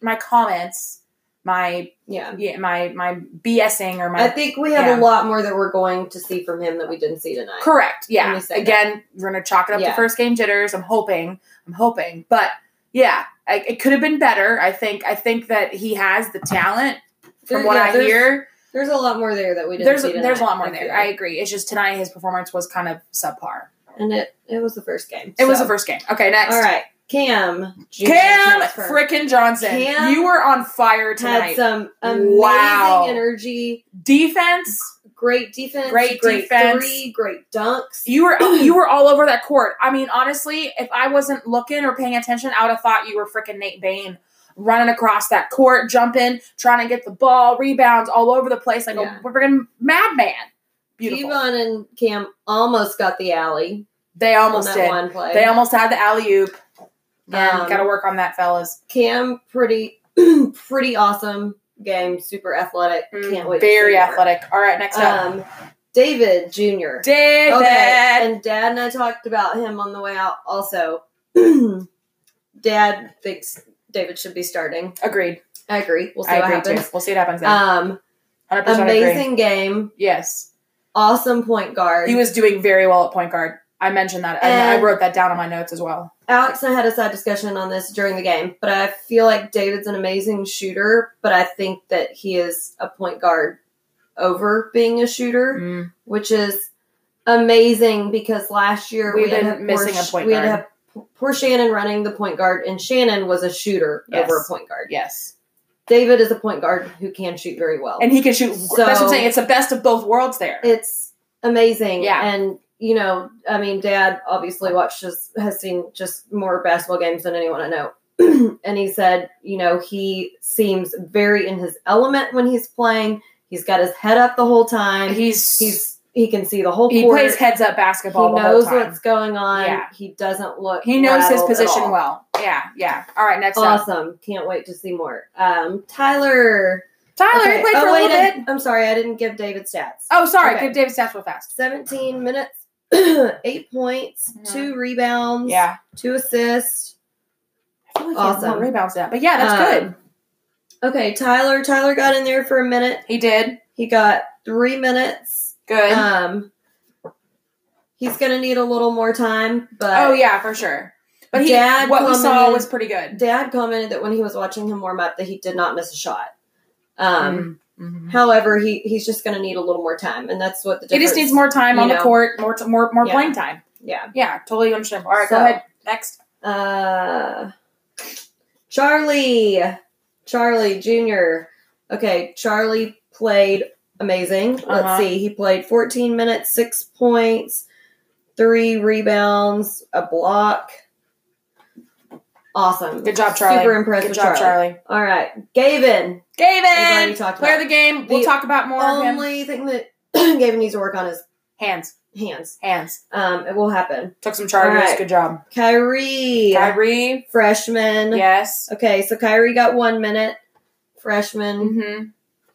Speaker 1: my comments, my
Speaker 2: yeah.
Speaker 1: yeah, my my BSing or
Speaker 2: I
Speaker 1: my
Speaker 2: think we have
Speaker 1: yeah.
Speaker 2: a lot more that we're going to see from him that we didn't see tonight.
Speaker 1: correct.
Speaker 2: Let
Speaker 1: Yeah,
Speaker 2: me say
Speaker 1: again, we're gonna chalk it up to
Speaker 2: Yeah.
Speaker 1: first game jitters. I'm hoping, I'm hoping, but yeah, I, it could have been better. I think I think that he has the talent from
Speaker 2: There-
Speaker 1: what
Speaker 2: yeah,
Speaker 1: I
Speaker 2: there's-
Speaker 1: hear.
Speaker 2: There's a lot more there that we didn't
Speaker 1: there's
Speaker 2: see tonight.
Speaker 1: there's a lot more
Speaker 2: I
Speaker 1: there.
Speaker 2: feel.
Speaker 1: I agree. It's just tonight his performance was kind of subpar.
Speaker 2: and it it was the first game.
Speaker 1: It was
Speaker 2: so.
Speaker 1: the first game. Okay, next.
Speaker 2: All right. Cam. junior
Speaker 1: Cam
Speaker 2: transfer,
Speaker 1: frickin' Johnson,
Speaker 2: Cam
Speaker 1: you were on fire
Speaker 2: had
Speaker 1: tonight.
Speaker 2: some amazing
Speaker 1: Wow.
Speaker 2: energy,
Speaker 1: Defense,
Speaker 2: great defense,
Speaker 1: Great defense.
Speaker 2: three, great dunks.
Speaker 1: you were you were all over that court. I mean, honestly, if I wasn't looking or paying attention, I would have thought you were frickin' Nate Bain running across that court, jumping, trying to get the ball, rebounds all over the place like
Speaker 2: Yeah.
Speaker 1: a freaking madman. Beautiful.
Speaker 2: Devon and Cam almost got the alley
Speaker 1: they almost
Speaker 2: on that
Speaker 1: did.
Speaker 2: one play.
Speaker 1: They almost had the alley oop. And
Speaker 2: Um,
Speaker 1: got to work on that, fellas.
Speaker 2: Cam, pretty, pretty awesome game. Super athletic. Can't wait.
Speaker 1: Mm,
Speaker 2: to
Speaker 1: Very
Speaker 2: see more.
Speaker 1: athletic. All right, next up.
Speaker 2: Um, David Jr.
Speaker 1: David.
Speaker 2: Okay, and Dad and I talked about him on the way out. Also, Dad thinks David should be starting.
Speaker 1: Agreed.
Speaker 2: I agree. We'll see
Speaker 1: I
Speaker 2: what
Speaker 1: agree
Speaker 2: happens.
Speaker 1: too. We'll see what happens then.
Speaker 2: Um,
Speaker 1: 100% agree.
Speaker 2: amazing game.
Speaker 1: Yes.
Speaker 2: Awesome point guard.
Speaker 1: He was doing very well at point guard. I mentioned that. I, I
Speaker 2: And-
Speaker 1: wrote that down on my notes as well.
Speaker 2: Alex and I had a side discussion on this during the game, but I feel like David's an amazing shooter, but I think that he is a point guard over being a shooter,
Speaker 1: Mm.
Speaker 2: which is amazing because last year
Speaker 1: We've
Speaker 2: we had
Speaker 1: been
Speaker 2: to have
Speaker 1: missing
Speaker 2: poor,
Speaker 1: a point
Speaker 2: we had to
Speaker 1: guard.
Speaker 2: have p- poor Shannon running the point guard, and Shannon was a shooter
Speaker 1: Yes.
Speaker 2: over a point guard.
Speaker 1: Yes.
Speaker 2: David is a point guard who can shoot very well.
Speaker 1: And he can shoot.
Speaker 2: So-
Speaker 1: that's what I'm saying. It's the best of both worlds there.
Speaker 2: it's amazing.
Speaker 1: Yeah.
Speaker 2: And you know, I mean, Dad obviously watches has seen just more basketball games than anyone I know. and he said, you know, he seems very in his element when he's playing. He's got his head up the whole time.
Speaker 1: he's,
Speaker 2: he's he can see the whole
Speaker 1: he
Speaker 2: court.
Speaker 1: plays heads up
Speaker 2: he
Speaker 1: basketball the
Speaker 2: knows
Speaker 1: whole time.
Speaker 2: what's going on.
Speaker 1: Yeah.
Speaker 2: He doesn't look.
Speaker 1: he knows his
Speaker 2: rattled at all.
Speaker 1: position well. Yeah, yeah. All right, next up.
Speaker 2: Awesome! Can't wait to see more. Um, Tyler.
Speaker 1: Tyler,
Speaker 2: Okay.
Speaker 1: you played
Speaker 2: Oh,
Speaker 1: for a
Speaker 2: wait,
Speaker 1: little
Speaker 2: I-
Speaker 1: bit.
Speaker 2: I'm sorry, I didn't give David stats.
Speaker 1: Oh, sorry.
Speaker 2: Okay.
Speaker 1: Give David stats real fast.
Speaker 2: 17 minutes, eight points,
Speaker 1: Mhm.
Speaker 2: two rebounds,
Speaker 1: Yeah.
Speaker 2: two assists.
Speaker 1: I feel like he has more
Speaker 2: Awesome.
Speaker 1: rebounds now. But yeah, that's
Speaker 2: Um,
Speaker 1: good.
Speaker 2: Okay, Tyler. Tyler got in there for a minute.
Speaker 1: He did.
Speaker 2: He got three minutes.
Speaker 1: Good.
Speaker 2: Um, he's gonna need a little more time, but
Speaker 1: Oh yeah, for sure. But he,
Speaker 2: Dad
Speaker 1: what we saw
Speaker 2: commented-
Speaker 1: was pretty good.
Speaker 2: Dad commented that when he was watching him warm up, that he did not miss a shot. Um,
Speaker 1: Mhm.
Speaker 2: however, he he's just gonna need a little more time, and that's what the
Speaker 1: He
Speaker 2: difference.
Speaker 1: just needs more time
Speaker 2: you
Speaker 1: on the
Speaker 2: know.
Speaker 1: court, more t- more more
Speaker 2: Yeah.
Speaker 1: playing time.
Speaker 2: Yeah.
Speaker 1: Yeah, totally understandable. All right, go
Speaker 2: So-
Speaker 1: ahead. Next,
Speaker 2: Uh, Charlie, Charlie Jr. Okay, Charlie played amazing.
Speaker 1: Uh-huh.
Speaker 2: Let's see, he played 14 minutes, six points, three rebounds, a block. Awesome.
Speaker 1: good job, Charlie.
Speaker 2: Super impressed
Speaker 1: Good
Speaker 2: with
Speaker 1: job,
Speaker 2: Charlie.
Speaker 1: Charlie.
Speaker 2: All right, Gavin. We've already
Speaker 1: David,
Speaker 2: talked
Speaker 1: player of
Speaker 2: about
Speaker 1: the game. We'll
Speaker 2: The
Speaker 1: talk about more of him.
Speaker 2: Only thing that Gavin needs to work on is
Speaker 1: Hands,
Speaker 2: hands.
Speaker 1: hands.
Speaker 2: Um, it will happen.
Speaker 1: Took some charges.
Speaker 2: All right.
Speaker 1: Good job,
Speaker 2: Kyrie,
Speaker 1: Kyrie. Mm-hmm.
Speaker 2: freshman.
Speaker 1: Yes.
Speaker 2: Okay, so Kyrie got one minute. Freshman,
Speaker 1: hmm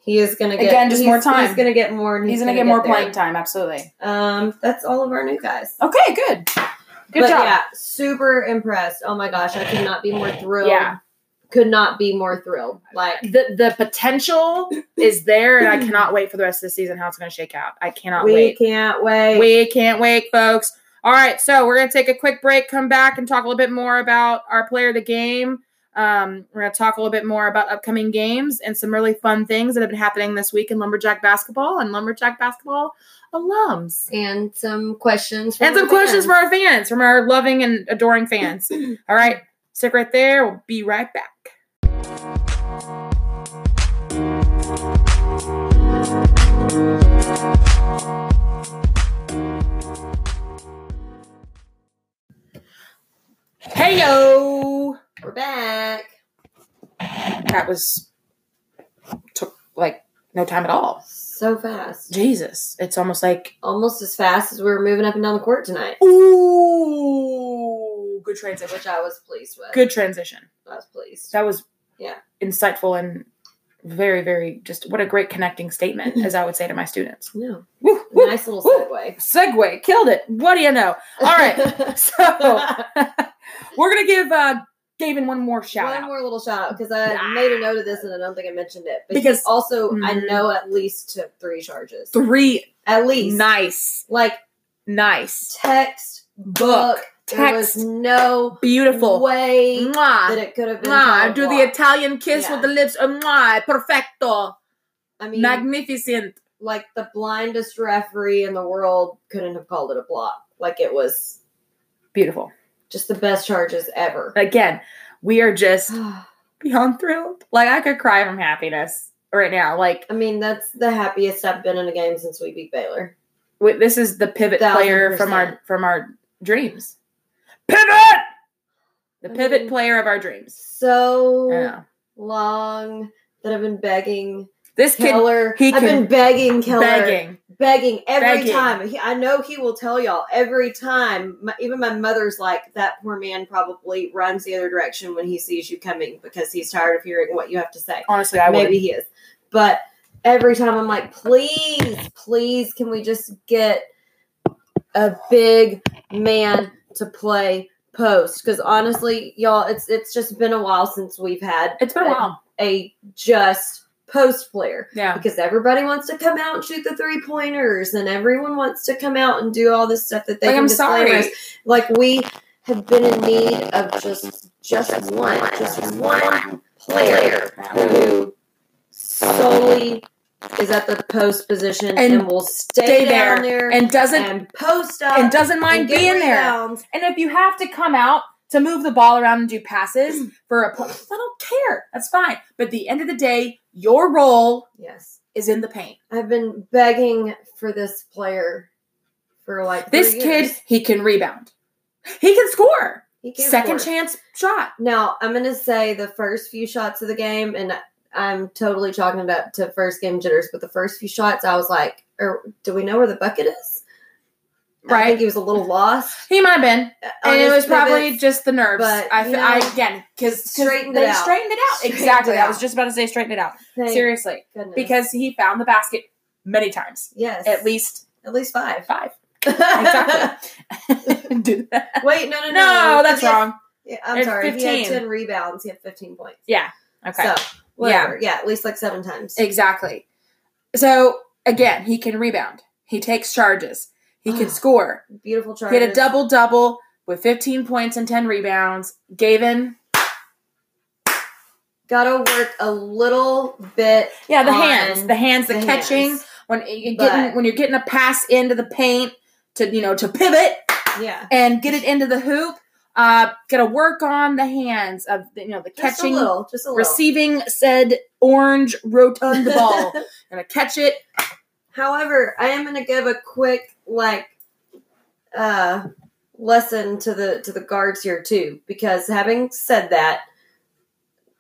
Speaker 2: he is gonna get
Speaker 1: Again, just
Speaker 2: he's-
Speaker 1: more time.
Speaker 2: He's gonna get more. and
Speaker 1: He's, gonna, get, more playing time. Absolutely.
Speaker 2: there. Um, that's all of our new guys.
Speaker 1: Okay. Good. Good
Speaker 2: but
Speaker 1: job.
Speaker 2: Yeah, super impressed. Oh my gosh, I could not be more thrilled.
Speaker 1: Yeah.
Speaker 2: could not be more thrilled. Like
Speaker 1: The the potential is there, and I cannot wait for the rest of the season how it's gonna shake out. I cannot
Speaker 2: we
Speaker 1: wait.
Speaker 2: can't wait.
Speaker 1: We can't wait, folks. All right, so we're going to take a quick break, come back, and talk a little bit more about our player of the game. Um, we're going to talk a little bit more about upcoming games and some really fun things that have been happening this week in Lumberjack basketball and Lumberjack basketball alums.
Speaker 2: And some questions. from
Speaker 1: And some
Speaker 2: the
Speaker 1: questions for
Speaker 2: fans.
Speaker 1: our fans, from our loving and adoring fans. All right, stick right there. We'll be right back.
Speaker 2: We're back.
Speaker 1: That was took like no time at all.
Speaker 2: So fast.
Speaker 1: Jesus, it's almost like
Speaker 2: Almost as fast as we were moving up and down the court tonight,
Speaker 1: ooh, good transition.
Speaker 2: which I was pleased with.
Speaker 1: Good transition.
Speaker 2: I was pleased.
Speaker 1: That was
Speaker 2: Yeah.
Speaker 1: insightful and very very just what a great connecting statement
Speaker 2: Mm-hmm.
Speaker 1: as I would say to my students.
Speaker 2: No.
Speaker 1: Woo, woo.
Speaker 2: Nice little
Speaker 1: woo.
Speaker 2: segue.
Speaker 1: Segway killed it. What do you know? All right. So we're gonna give uh, Gavin one more shout
Speaker 2: One
Speaker 1: out.
Speaker 2: more little shout out because I
Speaker 1: Ah.
Speaker 2: made a note of this and I don't think I mentioned it. But because
Speaker 1: Because-
Speaker 2: also, I
Speaker 1: Mhm.
Speaker 2: know at least took three charges.
Speaker 1: Three
Speaker 2: At least.
Speaker 1: nice,
Speaker 2: Like
Speaker 1: nice
Speaker 2: text, book.
Speaker 1: book,
Speaker 2: There was
Speaker 1: text,
Speaker 2: no
Speaker 1: beautiful.
Speaker 2: way that
Speaker 1: Mwah.
Speaker 2: it could have been.
Speaker 1: Mwah.
Speaker 2: called
Speaker 1: Do the
Speaker 2: block.
Speaker 1: Italian kiss
Speaker 2: Yeah.
Speaker 1: with the lips. Uh, mwah. Perfecto.
Speaker 2: I mean,
Speaker 1: Magnificent.
Speaker 2: like the blindest referee in the world couldn't have called it a block. Like it was
Speaker 1: Beautiful.
Speaker 2: just the best charges ever.
Speaker 1: Again, we are just beyond thrilled. Like, I could cry from happiness right now. Like,
Speaker 2: I mean, that's the happiest I've been in a game since we beat Baylor.
Speaker 1: Wait, this is the pivot
Speaker 2: Thousand
Speaker 1: player from
Speaker 2: percent.
Speaker 1: our from our dreams. Pivot. The
Speaker 2: I
Speaker 1: pivot
Speaker 2: mean-
Speaker 1: player of our dreams.
Speaker 2: So
Speaker 1: Yeah.
Speaker 2: long that I've been begging
Speaker 1: This kid
Speaker 2: Keller.
Speaker 1: he
Speaker 2: I've
Speaker 1: can-
Speaker 2: been begging Keller, begging,
Speaker 1: begging.
Speaker 2: every
Speaker 1: Begging.
Speaker 2: time. He, I know he will tell y'all every time. My, even my mother's like, that poor man probably runs the other direction when he sees you coming because he's tired of hearing what you have to say.
Speaker 1: Honestly, I
Speaker 2: Maybe
Speaker 1: would.
Speaker 2: he is, but every time I'm like, please, please, can we just get a big man to play post? Because honestly, y'all, it's it's just been a while since we've had
Speaker 1: It's been a while.
Speaker 2: a just post player
Speaker 1: Yeah.
Speaker 2: because everybody wants to come out and shoot the three pointers and everyone wants to come out and do all this stuff that they
Speaker 1: Like,
Speaker 2: can
Speaker 1: I'm
Speaker 2: display
Speaker 1: sorry.
Speaker 2: us. like we have been in need of just just one just one player who solely is at the post position and,
Speaker 1: And
Speaker 2: will stay,
Speaker 1: stay there
Speaker 2: down there,
Speaker 1: And doesn't and,
Speaker 2: and post up
Speaker 1: doesn't mind
Speaker 2: get
Speaker 1: being there.
Speaker 2: rebounds.
Speaker 1: And if you have to come out to move the ball around and do
Speaker 2: Mm.
Speaker 1: passes for a play, I don't care. That's fine. But at the end of the day, your role
Speaker 2: Yes,
Speaker 1: is in the paint.
Speaker 2: I've been begging for this player for like
Speaker 1: This
Speaker 2: three
Speaker 1: kid,
Speaker 2: years.
Speaker 1: he can rebound. He can score.
Speaker 2: He can't
Speaker 1: Second
Speaker 2: score.
Speaker 1: chance shot.
Speaker 2: Now, I'm going to say the first few shots of the game, and I'm totally chalking it up to first game jitters, but the first few shots, I was like, or, do we know where the bucket is? I think
Speaker 1: Right.
Speaker 2: he was a little lost. uh,
Speaker 1: He might have been.
Speaker 2: on
Speaker 1: and it
Speaker 2: his
Speaker 1: was probably
Speaker 2: pivots.
Speaker 1: just the nerves.
Speaker 2: but,
Speaker 1: I,
Speaker 2: you
Speaker 1: fe- I
Speaker 2: know,
Speaker 1: again because
Speaker 2: straightened it
Speaker 1: they
Speaker 2: out.
Speaker 1: straightened it out
Speaker 2: Straightened
Speaker 1: exactly.
Speaker 2: it
Speaker 1: I was
Speaker 2: out.
Speaker 1: just about to say straighten it out
Speaker 2: Thank
Speaker 1: seriously
Speaker 2: goodness.
Speaker 1: because he found the basket many times,
Speaker 2: yes,
Speaker 1: at least
Speaker 2: at least five.
Speaker 1: five. Exactly. Do that.
Speaker 2: Wait, no, no, no,
Speaker 1: No, that's
Speaker 2: He had-
Speaker 1: wrong.
Speaker 2: Yeah, I'm
Speaker 1: It's
Speaker 2: sorry. He
Speaker 1: 15.
Speaker 2: had ten rebounds. He had 15 points.
Speaker 1: Yeah. Okay.
Speaker 2: So whatever. Yeah. at least like seven times.
Speaker 1: Exactly. So again, he can rebound. He takes charges. He can score.
Speaker 2: Beautiful
Speaker 1: He
Speaker 2: charges.
Speaker 1: had a double double with 15 points and 10 rebounds. Gavin.
Speaker 2: Gotta work a little bit.
Speaker 1: Yeah, the
Speaker 2: on
Speaker 1: hands, the hands, the,
Speaker 2: the
Speaker 1: catching.
Speaker 2: hands.
Speaker 1: when you're
Speaker 2: But-
Speaker 1: getting when you're getting a pass into the paint to you know to pivot
Speaker 2: Yeah.
Speaker 1: and get it into the hoop. Uh, gotta work on the hands of the, you know the
Speaker 2: Just
Speaker 1: catching,
Speaker 2: a little. Just a little.
Speaker 1: receiving said orange rotund ball. Gonna catch it.
Speaker 2: However, I am gonna give a quick like uh lesson to the to the guards here too, because having said that,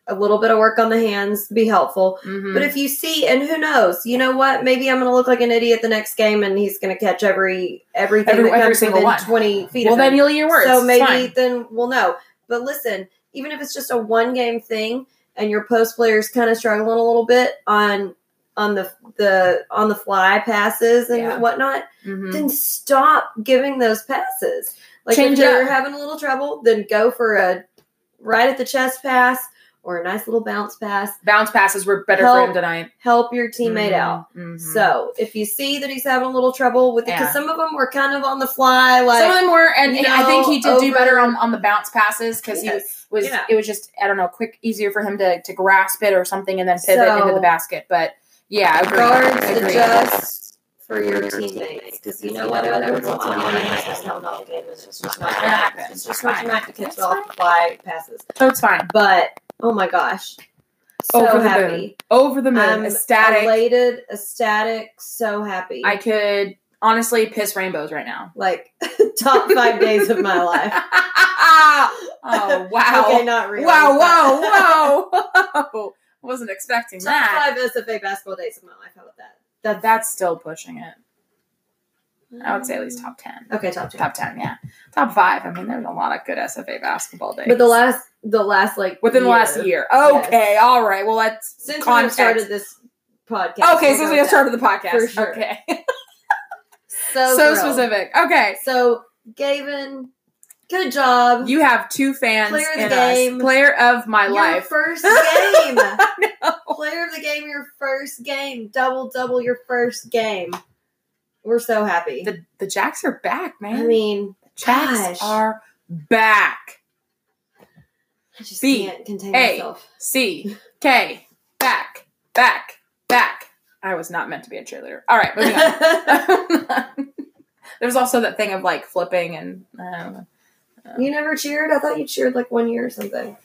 Speaker 2: a little bit of work on the hands be helpful.
Speaker 1: Mhm.
Speaker 2: But if you see, and who knows, you know what? Maybe I'm gonna look like an idiot the next game, and he's gonna catch every everything
Speaker 1: Every-
Speaker 2: that
Speaker 1: every
Speaker 2: comes
Speaker 1: single
Speaker 2: within
Speaker 1: one.
Speaker 2: twenty feet
Speaker 1: well,
Speaker 2: of him.
Speaker 1: then you'll eat your words.
Speaker 2: So maybe
Speaker 1: It's fine.
Speaker 2: then we'll know. But listen, even if it's just a one game thing and your post players kind of struggling a little bit on on the the on the fly passes and
Speaker 1: Yeah.
Speaker 2: whatnot,
Speaker 1: Mhm.
Speaker 2: then stop giving those passes. Like
Speaker 1: Change
Speaker 2: if
Speaker 1: it
Speaker 2: you're
Speaker 1: up.
Speaker 2: having a little trouble, then go for a right at the chest pass or a nice little bounce pass.
Speaker 1: bounce passes were better for
Speaker 2: Help
Speaker 1: him tonight.
Speaker 2: Help your teammate out.
Speaker 1: Mhm.
Speaker 2: So if you see that he's having a little trouble with it, because
Speaker 1: Yeah.
Speaker 2: some of them were kind of on the fly, like
Speaker 1: Some of them were, and
Speaker 2: you
Speaker 1: I think he did
Speaker 2: know,
Speaker 1: do better
Speaker 2: over-
Speaker 1: on, on the bounce passes because he
Speaker 2: Yes.
Speaker 1: was
Speaker 2: Yeah.
Speaker 1: it was just I don't know quick easier for him to to grasp it or something and then pivot
Speaker 2: So-
Speaker 1: into the basket. But yeah, agree.
Speaker 2: guards
Speaker 1: Agree.
Speaker 2: adjust for your teammates because you know what? Every once in a while, you're just held all game. It's just not
Speaker 1: happens.
Speaker 2: It's just not to catch
Speaker 1: It's
Speaker 2: off fly passes.
Speaker 1: So it's fine.
Speaker 2: But oh my gosh, so
Speaker 1: Over the
Speaker 2: happy,
Speaker 1: Over the moon,
Speaker 2: I'm
Speaker 1: ecstatic.
Speaker 2: elated, ecstatic, so happy.
Speaker 1: I could honestly piss rainbows right now.
Speaker 2: like top five days of my life.
Speaker 1: Oh wow!
Speaker 2: okay, not real.
Speaker 1: wow! Wow! Wow! Wasn't expecting
Speaker 2: Top
Speaker 1: that.
Speaker 2: five SFA basketball days of my life. How about that? That
Speaker 1: That's still pushing it. I would say at least top ten.
Speaker 2: Okay, top two.
Speaker 1: Top ten, yeah. Top five. I mean, there's a lot of good SFA basketball days.
Speaker 2: But the last, the last like
Speaker 1: within the last year. Okay, all right. Well, that's
Speaker 2: since we have
Speaker 1: Context.
Speaker 2: started this podcast.
Speaker 1: okay.
Speaker 2: we'll
Speaker 1: Since we have
Speaker 2: go with that.
Speaker 1: started the podcast,
Speaker 2: For sure.
Speaker 1: okay. so
Speaker 2: so, thrilled.
Speaker 1: specific. Okay,
Speaker 2: So Gavin, good job.
Speaker 1: you have two fans
Speaker 2: Player of the
Speaker 1: in
Speaker 2: game.
Speaker 1: us. Player of my
Speaker 2: your
Speaker 1: life.
Speaker 2: first game. Player of the game, your first game. Double double your first game. We're so happy.
Speaker 1: The the Jacks are back, man.
Speaker 2: I mean,
Speaker 1: Jacks
Speaker 2: gosh.
Speaker 1: are back.
Speaker 2: I just
Speaker 1: B,
Speaker 2: can't contain
Speaker 1: A.
Speaker 2: myself.
Speaker 1: C K back back back. I was not meant to be a cheerleader. All right, moving on. There's also that thing of like flipping and um,
Speaker 2: you never cheered? I thought you cheered like one year or something.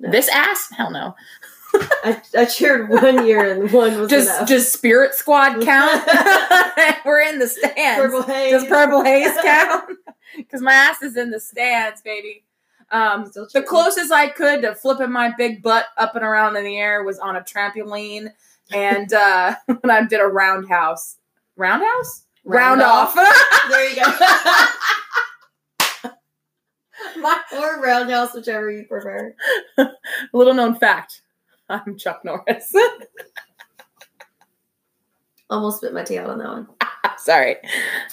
Speaker 1: this ass. Hell no.
Speaker 2: I, I cheered one year and one was
Speaker 1: Does
Speaker 2: enough.
Speaker 1: does Spirit Squad count? We're in the stands.
Speaker 2: Purple haze.
Speaker 1: Does Purple Haze count? Because my ass is in the stands, baby. Um,
Speaker 2: Still
Speaker 1: the
Speaker 2: cheering.
Speaker 1: closest I could to flipping my big butt up and around in the air was on a trampoline, and uh, when I did a roundhouse, roundhouse, round,
Speaker 2: Round
Speaker 1: off.
Speaker 2: There you go.
Speaker 1: My-
Speaker 2: or roundhouse, whichever you prefer.
Speaker 1: little known fact: I'm Chuck Norris.
Speaker 2: Almost spit my tea out on that one.
Speaker 1: Sorry.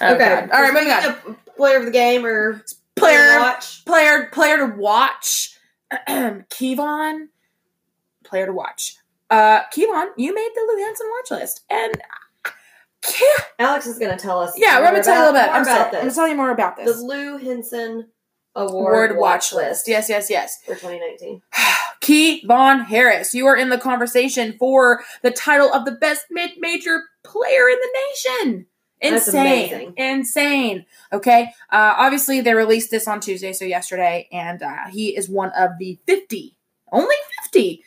Speaker 1: Oh, God. All right, moving on.
Speaker 2: on. Player of the game or
Speaker 1: Player,
Speaker 2: watch.
Speaker 1: player player to watch Kevon player to watch uh Kevon you made the Lou Hansen watch list and yeah,
Speaker 2: Alex is going to tell us.
Speaker 1: yeah
Speaker 2: more
Speaker 1: let me tell you a little bit
Speaker 2: more
Speaker 1: I'm,
Speaker 2: about
Speaker 1: sorry, I'm gonna
Speaker 2: this.
Speaker 1: tell you more about this
Speaker 2: The Lou Henson Award,
Speaker 1: word watch list yes yes yes
Speaker 2: for 2019.
Speaker 1: Kevon Harris you are in the conversation for the title of the best mid-major player in the nation
Speaker 2: That's
Speaker 1: insane
Speaker 2: amazing.
Speaker 1: insane okay uh obviously they released this on Tuesday so yesterday and uh he is one of the 50 only 50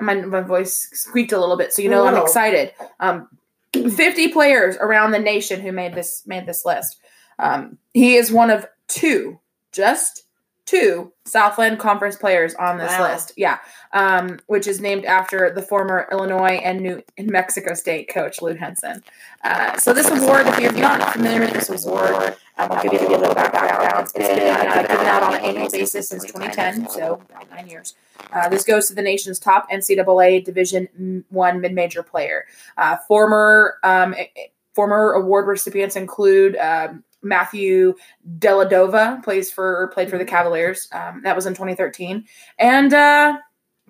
Speaker 1: my, my voice squeaked a little bit so you know i'm
Speaker 2: Wow.
Speaker 1: excited um, 50 players around the nation who made this made this list um, he is one of two just two southland conference players on this
Speaker 2: Wow.
Speaker 1: list yeah um, which is named after the former illinois and new and mexico state coach lou henson uh, so this award if you're not familiar with this award um, i'll give you a little background it's been uh, given out on an annual basis since 2010 so about nine years uh, this goes to the nation's top NCAA Division M- One mid-major player. Uh, former um, eh, eh, former award recipients include um, Matthew Deladova, plays for played for the Cavaliers. Um, that was in 2013, and uh,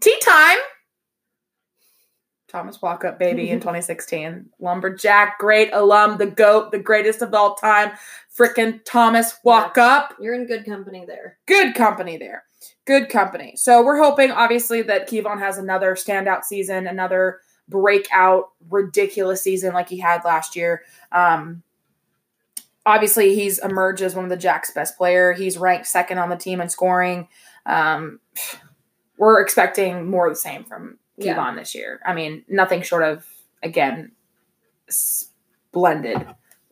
Speaker 1: tea time. Thomas Walkup, baby, in 2016. Lumberjack, great alum, the GOAT, the greatest of all time. Frickin' Thomas Walkup
Speaker 2: You're in good company there.
Speaker 1: good company there. Good company. So we're hoping, obviously, that Kevon has another standout season, another breakout, ridiculous season like he had last year. Um, obviously, he's emerged as one of the Jack's best player. He's ranked second on the team in scoring. Um, we're expecting more of the same from Kevon
Speaker 2: Yeah.
Speaker 1: this year. I mean, nothing short of again splendid.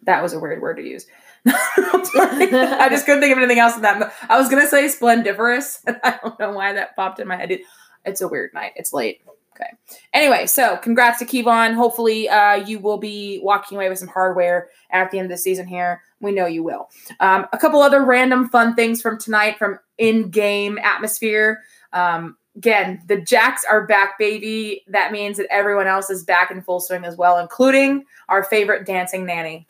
Speaker 1: That was a weird word to use. I'm sorry. I just couldn't think of anything else in that. mo- I was gonna say splendiferous, and I don't know why that popped in my head. It- It's a weird night. It's late. Okay. Anyway, so congrats to Kevon. Hopefully, uh, you will be walking away with some hardware at the end of the season here. We know you will. Um, a couple other random fun things from tonight from in-game atmosphere. Um, again, the Jacks are back, baby. That means that everyone else is back in full swing as well, including our favorite dancing nanny.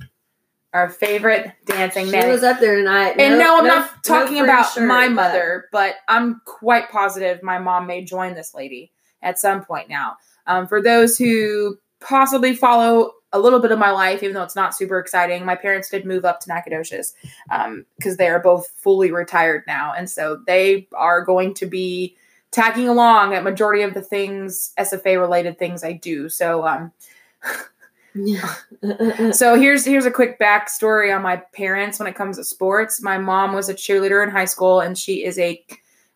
Speaker 1: Our favorite dancing
Speaker 2: She
Speaker 1: nanny.
Speaker 2: was up there tonight.
Speaker 1: And no, I'm
Speaker 2: no- no
Speaker 1: not talking
Speaker 2: free
Speaker 1: about
Speaker 2: shirt,
Speaker 1: my
Speaker 2: but-
Speaker 1: mother, but I'm quite positive my mom may join this lady at some point now. Um, for those who possibly follow a little bit of my life, even though it's not super exciting, my parents did move up to Nacogdoches because they are both fully retired now. And so they are going to be tagging along at majority of the things SFA related things I do. So um,
Speaker 2: Yeah.
Speaker 1: so here's here's a quick backstory on my parents when it comes to sports. My mom was a cheerleader in high school, and she is a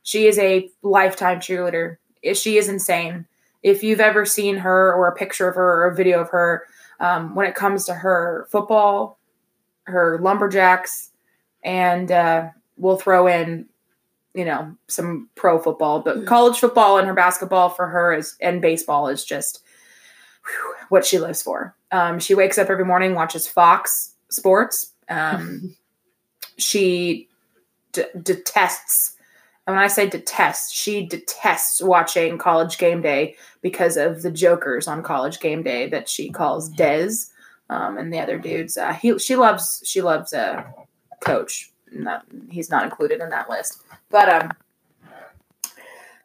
Speaker 1: she is a lifetime cheerleader. She is insane. If you've ever seen her or a picture of her or a video of her, um, when it comes to her football, her lumberjacks, and uh, we'll throw in you know, some pro football, but college football and her basketball for her is and baseball is just whew, what she lives for. Um, she wakes up every morning, watches Fox Sports. Um, she d- detests. And when I say detests, she detests watching College Game Day because of the jokers on College Game Day that she calls Dez um, and the other dudes. Uh, he she loves she loves uh, Coach. Not, he's not included in that list. But um,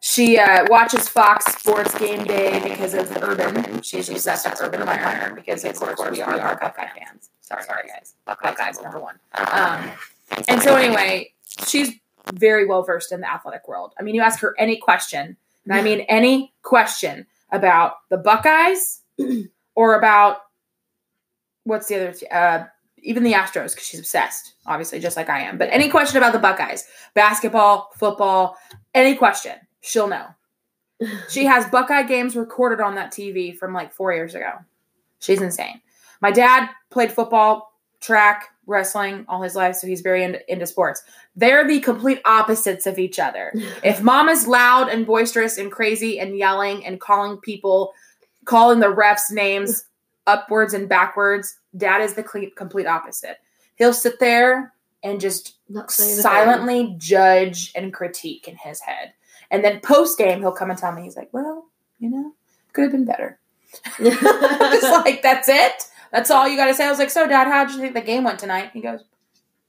Speaker 1: she uh, watches Fox Sports Game Day because of Urban. She's obsessed with Urban Meyer because, of course, we are our Buckeye fans. Sorry, sorry guys. Buckeyes number one. Um, and so anyway, she's very well versed in the athletic world. I mean, you ask her any question, and I mean any question about the Buckeyes or about what's the other t- uh, even the Astros because she's obsessed, obviously, just like I am. But any question about the Buckeyes, basketball, football, any question, she'll know. She has Buckeye games recorded on that TV from like four years ago. She's insane. My dad played football, track, wrestling all his life, so he's very into, into sports. They're the complete opposites of each other. If mom is loud and boisterous and crazy and yelling and calling people, calling the refs names upwards and backwards, dad is the cle- complete opposite. He'll sit there and just
Speaker 2: Not saying a
Speaker 1: silently judge and critique in his head. And then post game, he'll come and tell me, he's like, well, you know, could have been better.
Speaker 2: thing.
Speaker 1: It's like, that's it? That's all you got to say? I was like, so, Dad, how did you think the game went tonight? He goes,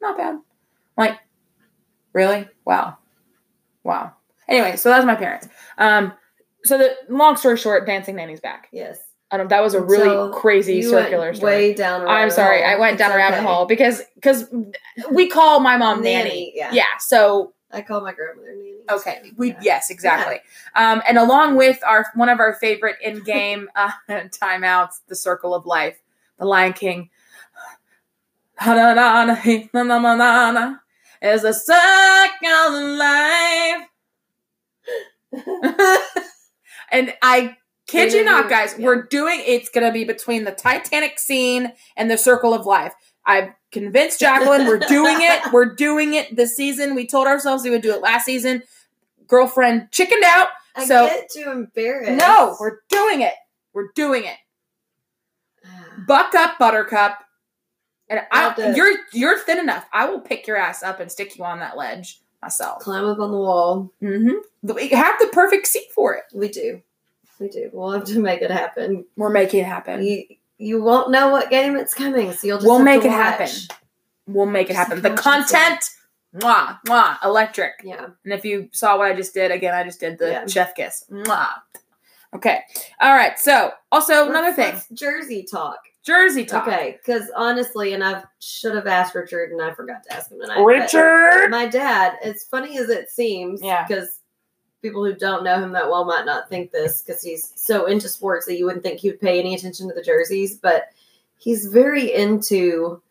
Speaker 1: not bad. I'm like, really? Wow. Wow. Anyway, so that's my parents. Um, so the long story short, Dancing Nanny's back.
Speaker 2: yes.
Speaker 1: I don't, that was a really
Speaker 2: So
Speaker 1: crazy
Speaker 2: You went
Speaker 1: circular story.
Speaker 2: Way down. a
Speaker 1: I'm
Speaker 2: rabbit
Speaker 1: sorry,
Speaker 2: hole.
Speaker 1: I went
Speaker 2: It's
Speaker 1: down a rabbit
Speaker 2: okay.
Speaker 1: hole because because we call my mom nanny.
Speaker 2: Yeah.
Speaker 1: Yeah, so
Speaker 2: I call my grandmother nanny.
Speaker 1: okay,
Speaker 2: so,
Speaker 1: we
Speaker 2: yeah.
Speaker 1: yes, exactly. Um, and along with our one of our favorite in game uh, timeouts, the circle of life, the Lion King. Ha-na-na-na-na-na-na-na Is a circle of life. and I kid
Speaker 2: We're
Speaker 1: you not,
Speaker 2: doing-
Speaker 1: guys,
Speaker 2: yeah.
Speaker 1: we're doing it's gonna be between the Titanic scene and the circle of life. I've convinced Jacqueline we're doing it. We're doing it this season. We told ourselves we would do it last season. Girlfriend chickened out.
Speaker 2: I
Speaker 1: So-
Speaker 2: get too embarrassed.
Speaker 1: No, we're doing it. We're doing it. Buck up, Buttercup. And I,
Speaker 2: Love this.
Speaker 1: you're you're thin enough. I will pick your ass up and stick you on that ledge myself.
Speaker 2: climb up on the wall.
Speaker 1: hmm We have the perfect seat for it.
Speaker 2: We do. We do. We'll have to make it happen.
Speaker 1: We're making it happen.
Speaker 2: You you won't know what game it's coming, so you'll just
Speaker 1: We'll
Speaker 2: have
Speaker 1: make
Speaker 2: to
Speaker 1: it happen.
Speaker 2: watch.
Speaker 1: We'll make it
Speaker 2: Just
Speaker 1: happen. The
Speaker 2: the conscience of
Speaker 1: content, mwah, mwah, electric.
Speaker 2: Yeah.
Speaker 1: And if you saw what I just did, again, I just did the
Speaker 2: Yeah.
Speaker 1: chef kiss. Mwah. Okay. All right. So, also another
Speaker 2: Let's-
Speaker 1: thing,
Speaker 2: let's Jersey talk.
Speaker 1: Jersey talk.
Speaker 2: Okay, because honestly, and I should have asked Richard, and I forgot to ask him tonight. but
Speaker 1: Richard.
Speaker 2: my dad. As funny as it seems,
Speaker 1: Yeah.
Speaker 2: because people who don't know him that well might not think this because he's so into sports that you wouldn't think he would pay any attention to the jerseys, but he's very into